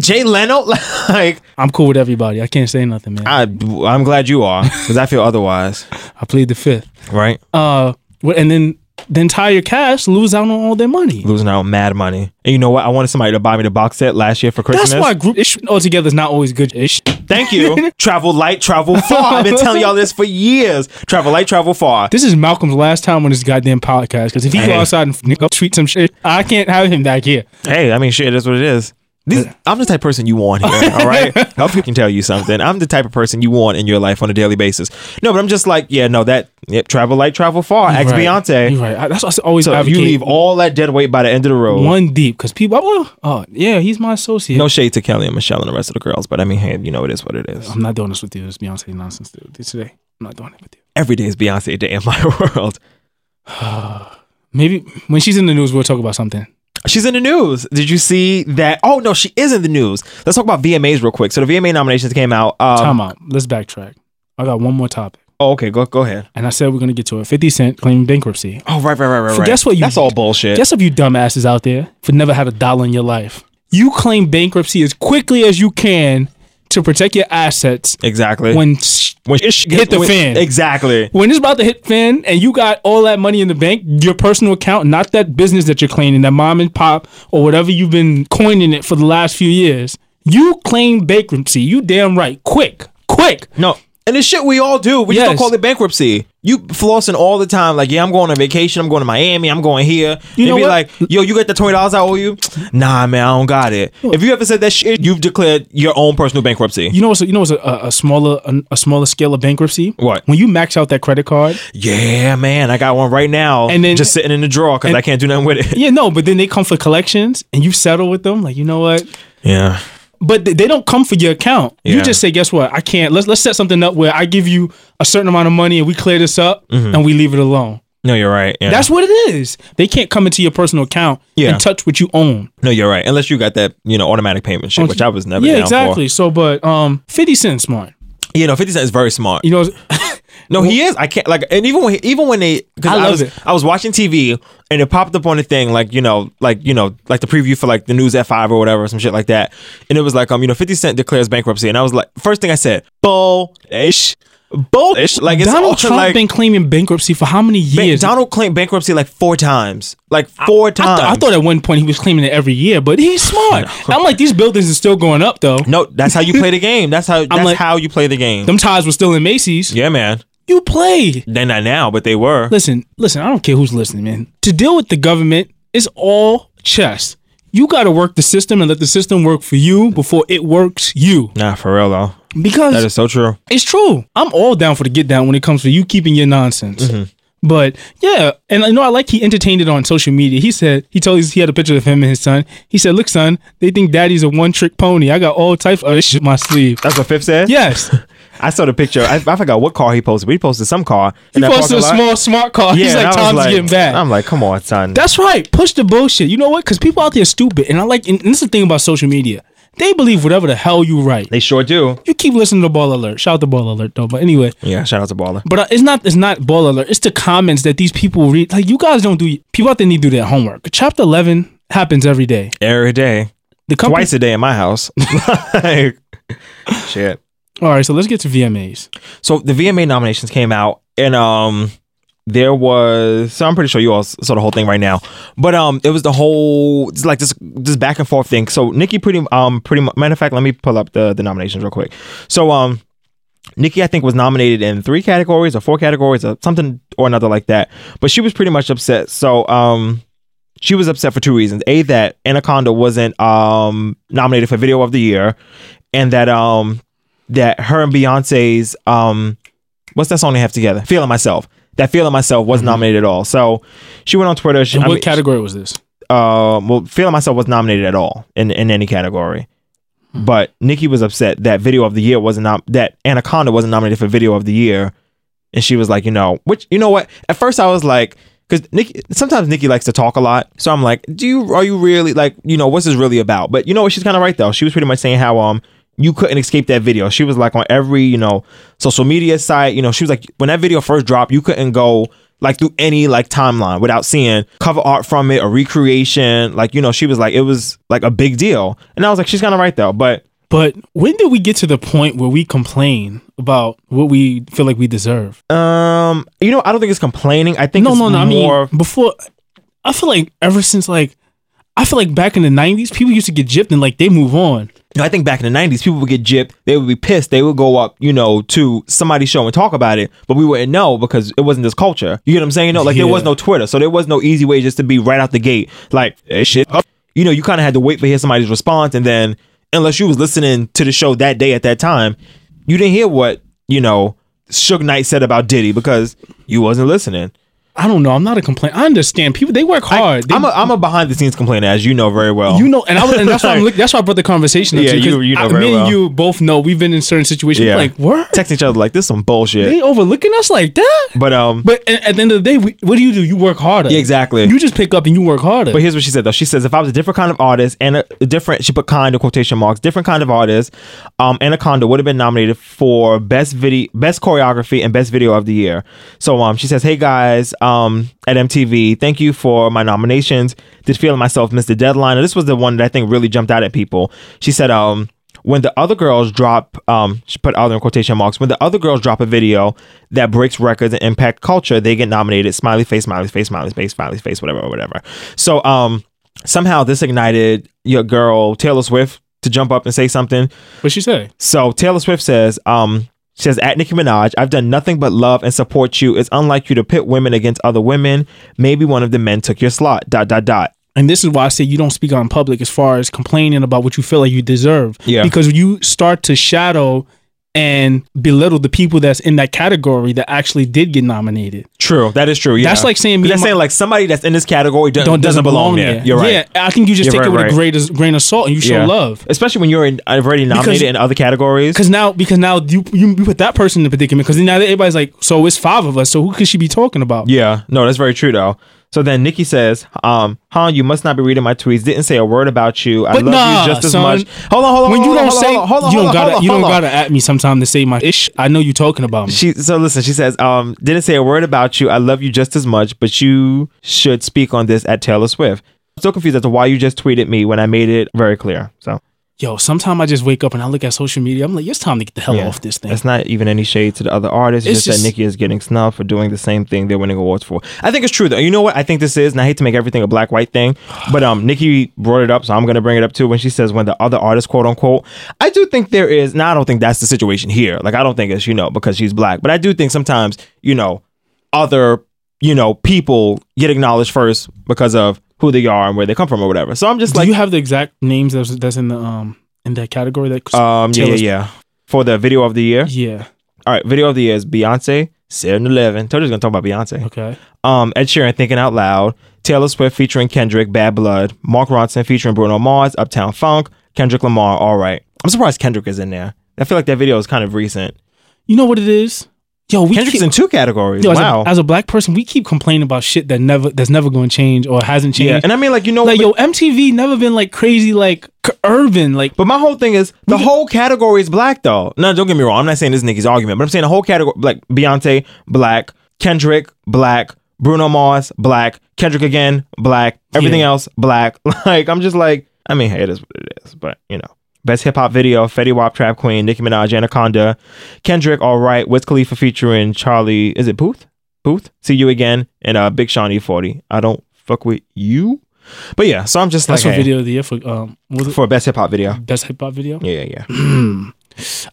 [SPEAKER 7] Jay Leno. *laughs* Like,
[SPEAKER 5] I'm cool with everybody. I can't say nothing, man. I,
[SPEAKER 7] I, I'm glad you are because I feel otherwise,
[SPEAKER 5] plead the fifth.
[SPEAKER 7] right?
[SPEAKER 5] Uh, wh- and then the entire cast lose out on all their money.
[SPEAKER 7] Losing out on mad money. And you know what? I wanted somebody to buy me the box set last year for Christmas.
[SPEAKER 5] That's why group ish altogether is not always good. Ish.
[SPEAKER 7] Thank you. travel light, travel far. I've been telling y'all this for years. Travel light, travel far.
[SPEAKER 5] This is Malcolm's last time on this goddamn podcast because if he
[SPEAKER 7] Hey.
[SPEAKER 5] go outside and f- tweet some shit, I can't have him back here.
[SPEAKER 7] Hey, I mean, shit, that's what it is. These, I'm the type of person you want here,
[SPEAKER 5] *laughs*
[SPEAKER 7] all right? I hope you can tell you something. I'm the type of person you want in your life on a daily basis. No, but I'm just like, yeah, no, that yep, travel light, travel far. Ask
[SPEAKER 5] Right.
[SPEAKER 7] Beyonce.
[SPEAKER 5] You're right. I- That's what I always
[SPEAKER 7] So
[SPEAKER 5] advocate.
[SPEAKER 7] you leave all that dead weight by the end of the road.
[SPEAKER 5] one deep because people. Oh, oh, yeah, he's my associate.
[SPEAKER 7] no shade to Kelly and Michelle and the rest of the girls, but I mean, hey, you know, it is what it is.
[SPEAKER 5] I'm not doing this with you. This Beyonce nonsense dude. today. I'm not doing it with you.
[SPEAKER 7] Every day is Beyonce day in my *laughs* world.
[SPEAKER 5] Maybe when she's in the news, we'll talk about something.
[SPEAKER 7] She's in the news. Did you see that? Oh no, she is in the news. Let's talk about VMAs real quick. So the VMA nominations came out. Um,
[SPEAKER 5] Time out. Let's backtrack. I got one more topic,
[SPEAKER 7] Oh, okay, go go ahead.
[SPEAKER 5] and I said we're gonna get to it. Fifty Cent claiming bankruptcy.
[SPEAKER 7] Oh right, right, right, right.
[SPEAKER 5] So
[SPEAKER 7] right.
[SPEAKER 5] guess what you-
[SPEAKER 7] That's all bullshit.
[SPEAKER 5] Guess if you dumbasses out there for never had a dollar in your life, you claim bankruptcy as quickly as you can to protect your assets
[SPEAKER 7] exactly.
[SPEAKER 5] when. sh-
[SPEAKER 7] when sh-
[SPEAKER 5] hit the
[SPEAKER 7] when-
[SPEAKER 5] fan.
[SPEAKER 7] Exactly.
[SPEAKER 5] when it's about to hit fin and you got all that money in the bank, your personal account, not that business that you're claiming, that mom and pop or whatever you've been coining it for the last few years, you claim bankruptcy. You damn right. Quick, quick.
[SPEAKER 7] No. And the shit we all do, we just
[SPEAKER 5] Yes.
[SPEAKER 7] don't call it bankruptcy. You flossing all the time, like, yeah, I'm going on vacation, I'm going to Miami, I'm going here.
[SPEAKER 5] You
[SPEAKER 7] You
[SPEAKER 5] know
[SPEAKER 7] be
[SPEAKER 5] what?
[SPEAKER 7] like, yo, you got the twenty dollars I owe you? Nah, man, I don't got it. If you ever said that shit, you've declared your own personal bankruptcy.
[SPEAKER 5] You know what's you know what's a, a, a smaller a, a smaller scale of bankruptcy?
[SPEAKER 7] What?
[SPEAKER 5] When you max out that credit card.
[SPEAKER 7] Yeah, man, I got one right now,
[SPEAKER 5] And
[SPEAKER 7] and
[SPEAKER 5] then-
[SPEAKER 7] then just sitting in the drawer because
[SPEAKER 5] and-
[SPEAKER 7] I can't do nothing with it.
[SPEAKER 5] Yeah, no, but then they come for collections and you settle with them. Like, you know what?
[SPEAKER 7] Yeah,
[SPEAKER 5] But th- they don't come for your account. You
[SPEAKER 7] Yeah.
[SPEAKER 5] just say, guess what? I can't. Let's let's set something up where I give you a certain amount of money and we clear this up
[SPEAKER 7] Mm-hmm.
[SPEAKER 5] and we leave it alone.
[SPEAKER 7] no, you're right. Yeah.
[SPEAKER 5] That's what it is. They can't come into your personal account
[SPEAKER 7] Yeah.
[SPEAKER 5] and touch what you own.
[SPEAKER 7] no, you're right. Unless you got that, you know, automatic payment shit, which I was never.
[SPEAKER 5] Oh, yeah,
[SPEAKER 7] down
[SPEAKER 5] exactly. So, but um, Fifty Cent smart.
[SPEAKER 7] For. You know, Fifty Cent is very smart.
[SPEAKER 5] You know,
[SPEAKER 7] No, he is. I can't like, and even when even when they, because
[SPEAKER 5] I
[SPEAKER 7] I,
[SPEAKER 5] love
[SPEAKER 7] was
[SPEAKER 5] it.
[SPEAKER 7] I was watching TV and it popped up on the thing like you know like you know like the preview for like the news at five or whatever some shit like that, and it was like um you know Fifty Cent declares bankruptcy, and I was like first thing I said bullish, bullish like it's all *laughs*
[SPEAKER 5] Donald
[SPEAKER 7] to,
[SPEAKER 5] Trump
[SPEAKER 7] like,
[SPEAKER 5] been claiming bankruptcy for how many
[SPEAKER 7] Ba-
[SPEAKER 5] years?
[SPEAKER 7] Donald claimed bankruptcy like four times. Like four
[SPEAKER 5] I,
[SPEAKER 7] times.
[SPEAKER 5] thought- I thought at one point he was claiming it every year, but he's
[SPEAKER 7] *laughs*
[SPEAKER 5] smart. I'm like, these buildings are still going up though.
[SPEAKER 7] no, that's how you
[SPEAKER 5] *laughs*
[SPEAKER 7] play the game. That's how that's
[SPEAKER 5] like-
[SPEAKER 7] how you play the game.
[SPEAKER 5] Them ties were still in Macy's.
[SPEAKER 7] yeah, man.
[SPEAKER 5] You play.
[SPEAKER 7] They're not now, but they were.
[SPEAKER 5] Listen, listen. I don't care who's listening, man. To deal with the government is all chess. You got to work the system and let the system work for you before it works you.
[SPEAKER 7] Nah, for real though.
[SPEAKER 5] Because
[SPEAKER 7] That is so true.
[SPEAKER 5] It's true. I'm all down for the get down when it comes to you keeping your nonsense.
[SPEAKER 7] Mm-hmm.
[SPEAKER 5] But yeah, and I know I like he entertained it on social media. He said he told us he had a picture of him and his son. He said, "Look, son, they think daddy's a one trick pony. I got all types of shit in my sleeve."
[SPEAKER 7] That's what Fifth said. *laughs*
[SPEAKER 5] Yes,
[SPEAKER 7] I saw the picture. I, I forgot what car he posted. But he posted some car.
[SPEAKER 5] he
[SPEAKER 7] in that
[SPEAKER 5] posted a
[SPEAKER 7] parking lot.
[SPEAKER 5] small smart car. He's
[SPEAKER 7] and I
[SPEAKER 5] like,
[SPEAKER 7] was
[SPEAKER 5] "Times
[SPEAKER 7] like-
[SPEAKER 5] getting bad."
[SPEAKER 7] I'm like, come on, son.
[SPEAKER 5] That's right. Push the bullshit. You know what? Because people out there are stupid, and I like. And this is the thing about social media. They believe whatever the hell you write.
[SPEAKER 7] they sure do.
[SPEAKER 5] You keep listening to Ball Alert. Shout out to Ball Alert though. But anyway,
[SPEAKER 7] Yeah, shout out to Baller.
[SPEAKER 5] But uh, it's not it's not ball alert. It's the comments that these people read. Like you guys don't do. People out there need to do their homework. Chapter eleven happens every day.
[SPEAKER 7] every day,
[SPEAKER 5] The company,
[SPEAKER 7] twice a day in my house. *laughs* like, shit.
[SPEAKER 5] All right, so let's get to VMAs.
[SPEAKER 7] So the VMA nominations came out, and um, there was. So I'm pretty sure you all s- saw the whole thing right now, but um, it was the whole it's like this this back and forth thing. So Nikki pretty um pretty mu- matter of fact, let me pull up the the nominations real quick. So um. Nikki, I think, was nominated in three categories or four categories or something or another like that. But she was pretty much upset. So, um, she was upset for two reasons. A that Anaconda wasn't um nominated for video of the year, and that um that her and Beyonce's um what's that song they have together? Feeling myself. That feeling myself wasn't nominated at all. So she went on Twitter. She,
[SPEAKER 5] Mm-hmm. And
[SPEAKER 7] I
[SPEAKER 5] what
[SPEAKER 7] mean,
[SPEAKER 5] category was this?
[SPEAKER 7] uh, well, feeling myself was nominated at all in in any category. But Nikki was upset that video of the year wasn't nom- that Anaconda wasn't nominated for video of the year, and she was like, you know, which you know what? At first, I was like, because Nikki sometimes Nikki likes to talk a lot, so I'm like, do you are you really like you know what's this really about? But you know what? She's kind of right though. She was pretty much saying how um you couldn't escape that video. She was like on every you know social media site. You know, she was like when that video first dropped, you couldn't go like through any like timeline without seeing cover art from it or recreation. Like you know, she was like it was like a big deal, and I was like, she's kind of right though. But
[SPEAKER 5] But when did we get to the point where we complain about what we feel like we deserve?
[SPEAKER 7] um, you know, I don't think it's complaining. I think
[SPEAKER 5] no,
[SPEAKER 7] it's
[SPEAKER 5] no, no.
[SPEAKER 7] more
[SPEAKER 5] I mean, before, I feel like ever since like, I feel like back in the '90s, people used to get gypped and like they move on.
[SPEAKER 7] you know, I think back in the nineties, people would get gypped. They would be pissed. They would go up, you know, to somebody's show and talk about it, but we wouldn't know because it wasn't this culture. You get what I'm saying? No, like there was
[SPEAKER 5] Yeah.
[SPEAKER 7] no Twitter, so there was no easy way just to be right out the gate. Like eh, shit, up. you know, you kind of had to wait for hear somebody's response, and then unless you was listening to the show that day at that time, you didn't hear what you know Suge Knight said about Diddy because you wasn't listening.
[SPEAKER 5] I don't know. I'm not a complaint. I understand people. They work hard. They-
[SPEAKER 7] I'm a, I'm a behind the scenes complainer, as you know very well.
[SPEAKER 5] you know, and, I, was- and that's why
[SPEAKER 7] *laughs*
[SPEAKER 5] I'm, look- that's why I brought the conversation up.
[SPEAKER 7] Oh. Yeah,
[SPEAKER 5] to 'cause
[SPEAKER 7] you- you know
[SPEAKER 5] I,
[SPEAKER 7] very
[SPEAKER 5] me and
[SPEAKER 7] well.
[SPEAKER 5] you both know we've been in certain situations.
[SPEAKER 7] Yeah.
[SPEAKER 5] Like, what?
[SPEAKER 7] text each other like this some bullshit.
[SPEAKER 5] They overlooking us like that?
[SPEAKER 7] but um,
[SPEAKER 5] But at, at the end of the day, we, what do you do? You work harder.
[SPEAKER 7] Yeah, exactly.
[SPEAKER 5] You just pick up and you work harder.
[SPEAKER 7] But here's what she said though. She says if I was a different kind of artist and a, a different, she put kind of quotation marks, different kind of artist, um, Anaconda would have been nominated for best video, best choreography, and best video of the year. So um, she says, hey guys, um, at MTV, thank you for my nominations. Did feeling myself missed the deadline. And this was the one that I think really jumped out at people. She said, um. When the other girls drop, um, she put other in quotation marks. When the other girls drop a video that breaks records and impact culture, they get nominated. Smiley face, smiley face, smiley face, smiley face, whatever, whatever. So, um, somehow this ignited your girl Taylor Swift to jump up and say something.
[SPEAKER 5] What she say?
[SPEAKER 7] So Taylor Swift says, um, she says at Nicki Minaj, I've done nothing but love and support you. It's unlike you to pit women against other women. Maybe one of the men took your slot. Dot dot dot.
[SPEAKER 5] And this is why I say you don't speak out in public as far as complaining about what you feel like you deserve.
[SPEAKER 7] Yeah.
[SPEAKER 5] Because you start to shadow and belittle the people that's in that category that actually did get nominated.
[SPEAKER 7] True, that is true. Yeah,
[SPEAKER 5] That's like saying me
[SPEAKER 7] that's
[SPEAKER 5] and my-
[SPEAKER 7] saying like somebody that's in this category doesn't,
[SPEAKER 5] Don't
[SPEAKER 7] doesn't, belong, there. You're right.
[SPEAKER 5] Yeah, I think you just
[SPEAKER 7] You're
[SPEAKER 5] take
[SPEAKER 7] right,
[SPEAKER 5] it with
[SPEAKER 7] right.
[SPEAKER 5] a great grain of salt and you show
[SPEAKER 7] Yeah.
[SPEAKER 5] love.
[SPEAKER 7] especially when you're in, already nominated in other categories.
[SPEAKER 5] Because now, because now you, you you put that person in a predicament. Because now everybody's like, so it's five of us. So who could she be talking about?
[SPEAKER 7] Yeah, no, that's very true though. So then Nikki says, um, Han, you must not be reading my tweets. Didn't say a word about you. I
[SPEAKER 5] But
[SPEAKER 7] love
[SPEAKER 5] nah,
[SPEAKER 7] you just as
[SPEAKER 5] son.
[SPEAKER 7] much. Hold on, hold on.
[SPEAKER 5] when you
[SPEAKER 7] hold on,
[SPEAKER 5] don't
[SPEAKER 7] hold on,
[SPEAKER 5] say,
[SPEAKER 7] hold on, hold on,
[SPEAKER 5] you don't
[SPEAKER 7] hold on,
[SPEAKER 5] gotta,
[SPEAKER 7] hold on,
[SPEAKER 5] you don't
[SPEAKER 7] hold on.
[SPEAKER 5] gotta at me sometime to say my ish. I know you talking about me.
[SPEAKER 7] She so listen. She says, um, didn't say a word about you. I love you just as much, but you should speak on this at Taylor Swift. I'm so confused as to why you just tweeted me when I made it very clear. So
[SPEAKER 5] Yo, sometime I just wake up and I look at social media. I'm like, it's time to get the hell
[SPEAKER 7] yeah.
[SPEAKER 5] off this thing.
[SPEAKER 7] That's not even any shade to the other artists. It's
[SPEAKER 5] It's
[SPEAKER 7] just,
[SPEAKER 5] just-
[SPEAKER 7] that Nikki is getting snubbed for doing the same thing they're winning awards for. I think it's true though. You know what I think this is, and I hate to make everything a black
[SPEAKER 5] *sighs*
[SPEAKER 7] white thing, but um, Nikki brought it up, so I'm gonna bring it up too. When she says when the other artist quote unquote, I do think there is. Now I don't think that's the situation here. Like I don't think it's you know because she's black, but I do think sometimes you know other you know people get acknowledged first because of who they are and where they come from or whatever. So I'm just
[SPEAKER 5] Do
[SPEAKER 7] like
[SPEAKER 5] you have the exact names that's, that's in the um in that category? That
[SPEAKER 7] um yeah yeah
[SPEAKER 5] Taylor's-
[SPEAKER 7] yeah for the video of the year.
[SPEAKER 5] yeah.
[SPEAKER 7] All right, video of the year is Beyonce, 7 Eleven. Told you I was gonna talk about Beyonce.
[SPEAKER 5] Okay.
[SPEAKER 7] Um, Ed Sheeran, Thinking Out Loud, Taylor Swift featuring Kendrick, Bad Blood, Mark Ronson featuring Bruno Mars, Uptown Funk, Kendrick Lamar, All Right. I'm surprised Kendrick is in there. I feel like that video is kind of recent.
[SPEAKER 5] You know what it is? Yo, we
[SPEAKER 7] Kendrick's
[SPEAKER 5] keep,
[SPEAKER 7] in two categories.
[SPEAKER 5] yo, as,
[SPEAKER 7] wow.
[SPEAKER 5] a, as a black person, we keep complaining about shit that never that's never going to change or hasn't changed.
[SPEAKER 7] yeah, and I mean, like you know,
[SPEAKER 5] like
[SPEAKER 7] Oh, but,
[SPEAKER 5] yo, MTV never been like crazy like c- urban like.
[SPEAKER 7] but my whole thing is the whole category is black though. No, don't get me wrong. I'm not saying this is Nicki's argument, but I'm saying the whole category, like Beyonce, black, Kendrick, black, Bruno Mars, black. Kendrick again, black. Everything
[SPEAKER 5] Yeah.
[SPEAKER 7] else, black. *laughs* Like I'm just like, I mean, hey, it is what it is, but you know. Best hip hop video, Fetty Wap Trap Queen, Nicki Minaj, Anaconda, Kendrick, All Right, Wiz Khalifa featuring Charlie, is it Booth? Booth? See you again, and uh Big Sean E40. I don't fuck with you. But yeah, so I'm just
[SPEAKER 5] That's
[SPEAKER 7] like
[SPEAKER 5] for
[SPEAKER 7] hey,
[SPEAKER 5] video of the year for um was it
[SPEAKER 7] for best hip hop video.
[SPEAKER 5] best hip hop video?
[SPEAKER 7] Yeah, yeah.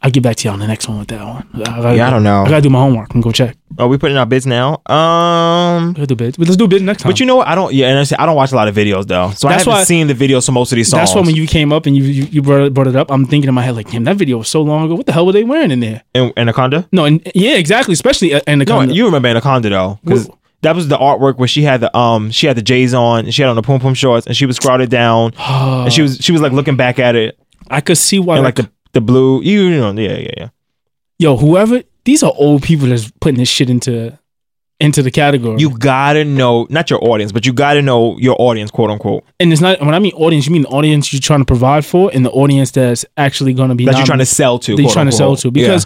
[SPEAKER 5] I'll get back to you on the next one with that one. I gotta,
[SPEAKER 7] Yeah, I don't know.
[SPEAKER 5] I gotta do my homework and go check.
[SPEAKER 7] Are we putting out bids now? Um
[SPEAKER 5] We'll do bids. But let's do bids next time.
[SPEAKER 7] But you know what? I don't. Yeah, and I, say, I don't watch a lot of videos though,
[SPEAKER 5] That's
[SPEAKER 7] so I haven't
[SPEAKER 5] why-
[SPEAKER 7] seen the videos for most of these songs.
[SPEAKER 5] that's why when you came up and you, you, you brought, it, brought it up, I'm thinking in my head, like, damn, that video was so long ago. What the hell were they wearing in there?
[SPEAKER 7] and, Anaconda.
[SPEAKER 5] No, and yeah, exactly. Especially uh, and the
[SPEAKER 7] No,
[SPEAKER 5] con-
[SPEAKER 7] you remember Anaconda though, because
[SPEAKER 5] Wh-
[SPEAKER 7] that was the artwork where she had the um she had the J's on and she had on the pum pum shorts and she was crowded down and she was she was like looking back at it
[SPEAKER 5] uh, I could see why
[SPEAKER 7] and
[SPEAKER 5] like
[SPEAKER 7] like the the blue you, you know yeah yeah yeah
[SPEAKER 5] yo, whoever these are old people that's putting this shit into into the category.
[SPEAKER 7] you gotta know not your audience but you gotta know your audience quote unquote
[SPEAKER 5] and it's not when I mean audience, you mean the audience you're trying to provide for and the audience that's actually gonna be
[SPEAKER 7] that you're
[SPEAKER 5] nominated-
[SPEAKER 7] trying to sell to
[SPEAKER 5] that you're
[SPEAKER 7] quote,
[SPEAKER 5] trying to sell
[SPEAKER 7] unquote.
[SPEAKER 5] to.
[SPEAKER 7] Yeah.
[SPEAKER 5] Because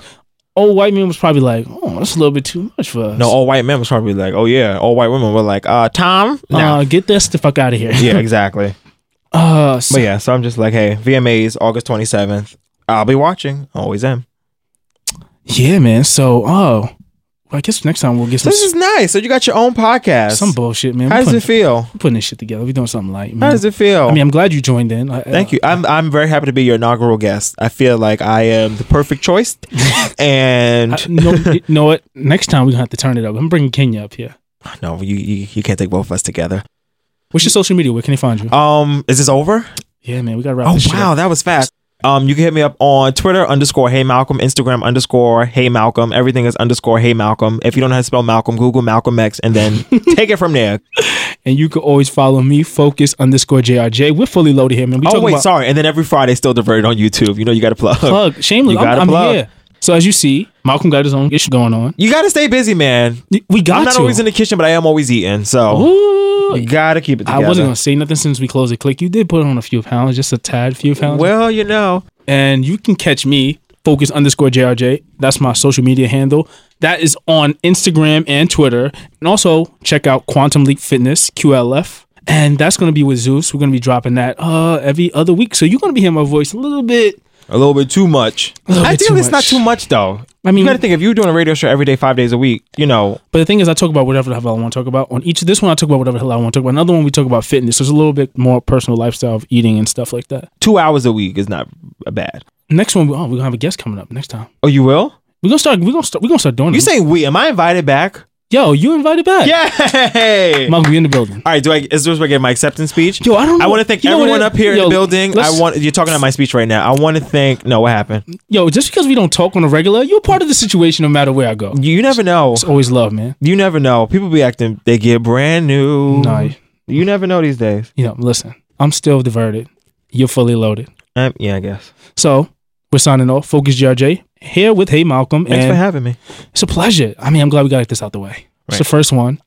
[SPEAKER 5] old white man was probably like, Oh, that's a little bit too much for us.
[SPEAKER 7] no all white men was probably like oh yeah all white women were like uh Tom no *laughs*
[SPEAKER 5] uh, get this the fuck out of here.
[SPEAKER 7] yeah exactly
[SPEAKER 5] Uh, so-
[SPEAKER 7] But yeah, so I'm just like, hey, VMAs, August 27th. I'll be watching. Always am.
[SPEAKER 5] yeah, man. So, oh, well, I guess next time we'll get some
[SPEAKER 7] This is nice. So you got your own podcast.
[SPEAKER 5] some bullshit, man.
[SPEAKER 7] How
[SPEAKER 5] We're
[SPEAKER 7] does
[SPEAKER 5] putting,
[SPEAKER 7] it feel?
[SPEAKER 5] we're putting this shit together. We're doing something light, man.
[SPEAKER 7] How does it feel?
[SPEAKER 5] I mean, I'm glad you joined in. I,
[SPEAKER 7] Thank you. I'm I'm very happy to be your inaugural guest. I feel like I am the
[SPEAKER 5] *laughs*
[SPEAKER 7] perfect choice. and
[SPEAKER 5] I, no, you know what? Next time we're gonna have to turn it up. I'm bringing Kenya up here.
[SPEAKER 7] no, you, you you can't take both of us together.
[SPEAKER 5] What's your
[SPEAKER 7] Mm.
[SPEAKER 5] social media? Where can they find you?
[SPEAKER 7] Um, is this over?
[SPEAKER 5] yeah, man, we gotta wrap
[SPEAKER 7] Oh
[SPEAKER 5] this shit
[SPEAKER 7] wow,
[SPEAKER 5] up.
[SPEAKER 7] that was fast. Um, you can hit me up on Twitter underscore Hey Malcolm, Instagram underscore Hey Malcolm. Everything is underscore Hey Malcolm. If you don't know how to spell Malcolm, Google Malcolm X and
[SPEAKER 5] *laughs*
[SPEAKER 7] then take it from there.
[SPEAKER 5] And you can always follow me, focus underscore JRJ. We're fully loaded here, man. We
[SPEAKER 7] oh
[SPEAKER 5] talking
[SPEAKER 7] wait,
[SPEAKER 5] about
[SPEAKER 7] sorry. And then every Friday still diverted on YouTube. You know you got to plug.
[SPEAKER 5] plug. Shameless.
[SPEAKER 7] You
[SPEAKER 5] I'm,
[SPEAKER 7] gotta
[SPEAKER 5] I'm
[SPEAKER 7] plug.
[SPEAKER 5] here. So as you see, Malcolm got his own issue going on.
[SPEAKER 7] You got to stay busy, man.
[SPEAKER 5] We got
[SPEAKER 7] I'm not
[SPEAKER 5] to.
[SPEAKER 7] always in the kitchen, but I am always eating. So
[SPEAKER 5] Ooh.
[SPEAKER 7] you got to keep it
[SPEAKER 5] I
[SPEAKER 7] together.
[SPEAKER 5] wasn't gonna say nothing since we closed the click. You did put on a few pounds, just a tad few pounds.
[SPEAKER 7] well, you know.
[SPEAKER 5] and you can catch me focus underscore jrj that's my social media handle that is on instagram and twitter and also check out quantum leap fitness qlf and that's going to be with zeus we're going to be dropping that uh every other week so you're going to be hearing my voice a little bit
[SPEAKER 7] A little bit too much.
[SPEAKER 5] little
[SPEAKER 7] I
[SPEAKER 5] bit
[SPEAKER 7] think
[SPEAKER 5] too
[SPEAKER 7] it's not
[SPEAKER 5] much.
[SPEAKER 7] too much though.
[SPEAKER 5] I mean-
[SPEAKER 7] you got to think if you're doing a radio show every day, five days a week, you know,
[SPEAKER 5] but the thing is i talk about whatever the hell i want to talk about on each this one i talk about whatever the hell i want to talk about another one we talk about fitness there's a little bit more personal lifestyle of eating and stuff like that
[SPEAKER 7] two hours a week is not bad.
[SPEAKER 5] next one oh, we're going to have a guest coming up next time
[SPEAKER 7] Oh, you will?
[SPEAKER 5] we're going to start we're going to start we're going to start doing
[SPEAKER 7] You
[SPEAKER 5] them.
[SPEAKER 7] saying we? Am I invited back?
[SPEAKER 5] yo you invited back *laughs*
[SPEAKER 7] Yay!
[SPEAKER 5] Malcolm, we in the building
[SPEAKER 7] All right, do I is this where I get my acceptance speech?
[SPEAKER 5] Yo, I don't
[SPEAKER 7] I
[SPEAKER 5] know-
[SPEAKER 7] want to thank
[SPEAKER 5] you know what
[SPEAKER 7] everyone
[SPEAKER 5] it-
[SPEAKER 7] up here
[SPEAKER 5] yo,
[SPEAKER 7] in the building. I
[SPEAKER 5] let's-
[SPEAKER 7] want you're talking about my speech right now. I want to thank. No, what happened?
[SPEAKER 5] yo, just because we don't talk on a regular, you're part of the situation no matter where I go.
[SPEAKER 7] You never know.
[SPEAKER 5] It's always love, man.
[SPEAKER 7] You never know. People be acting. They get brand new.
[SPEAKER 5] No, you-
[SPEAKER 7] You never know these days.
[SPEAKER 5] you know, listen, I'm still diverted. You're fully loaded.
[SPEAKER 7] Um, yeah, I guess.
[SPEAKER 5] So we're signing off. Focus GRJ here with Hey Malcolm.
[SPEAKER 7] Thanks for
[SPEAKER 5] and
[SPEAKER 7] having me.
[SPEAKER 5] it's a pleasure. I mean, I'm glad we got this out the way. It's the first one.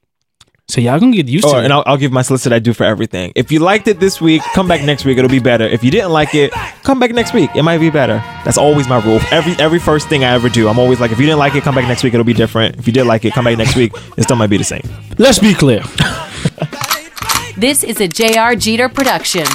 [SPEAKER 5] So y'all gonna get used
[SPEAKER 7] Oh,
[SPEAKER 5] to it.
[SPEAKER 7] and I'll, I'll give my solicit I do for everything. If you liked it this week, come back next week. It'll be better. If you didn't like it, come back next week. It might be better. That's always my rule. Every every first thing I ever do, I'm always like, if you didn't like it, come back next week. It'll be different. If you did like it, come back next week. It still might be the same.
[SPEAKER 5] Let's be clear.
[SPEAKER 6] This is a JR Jeter production.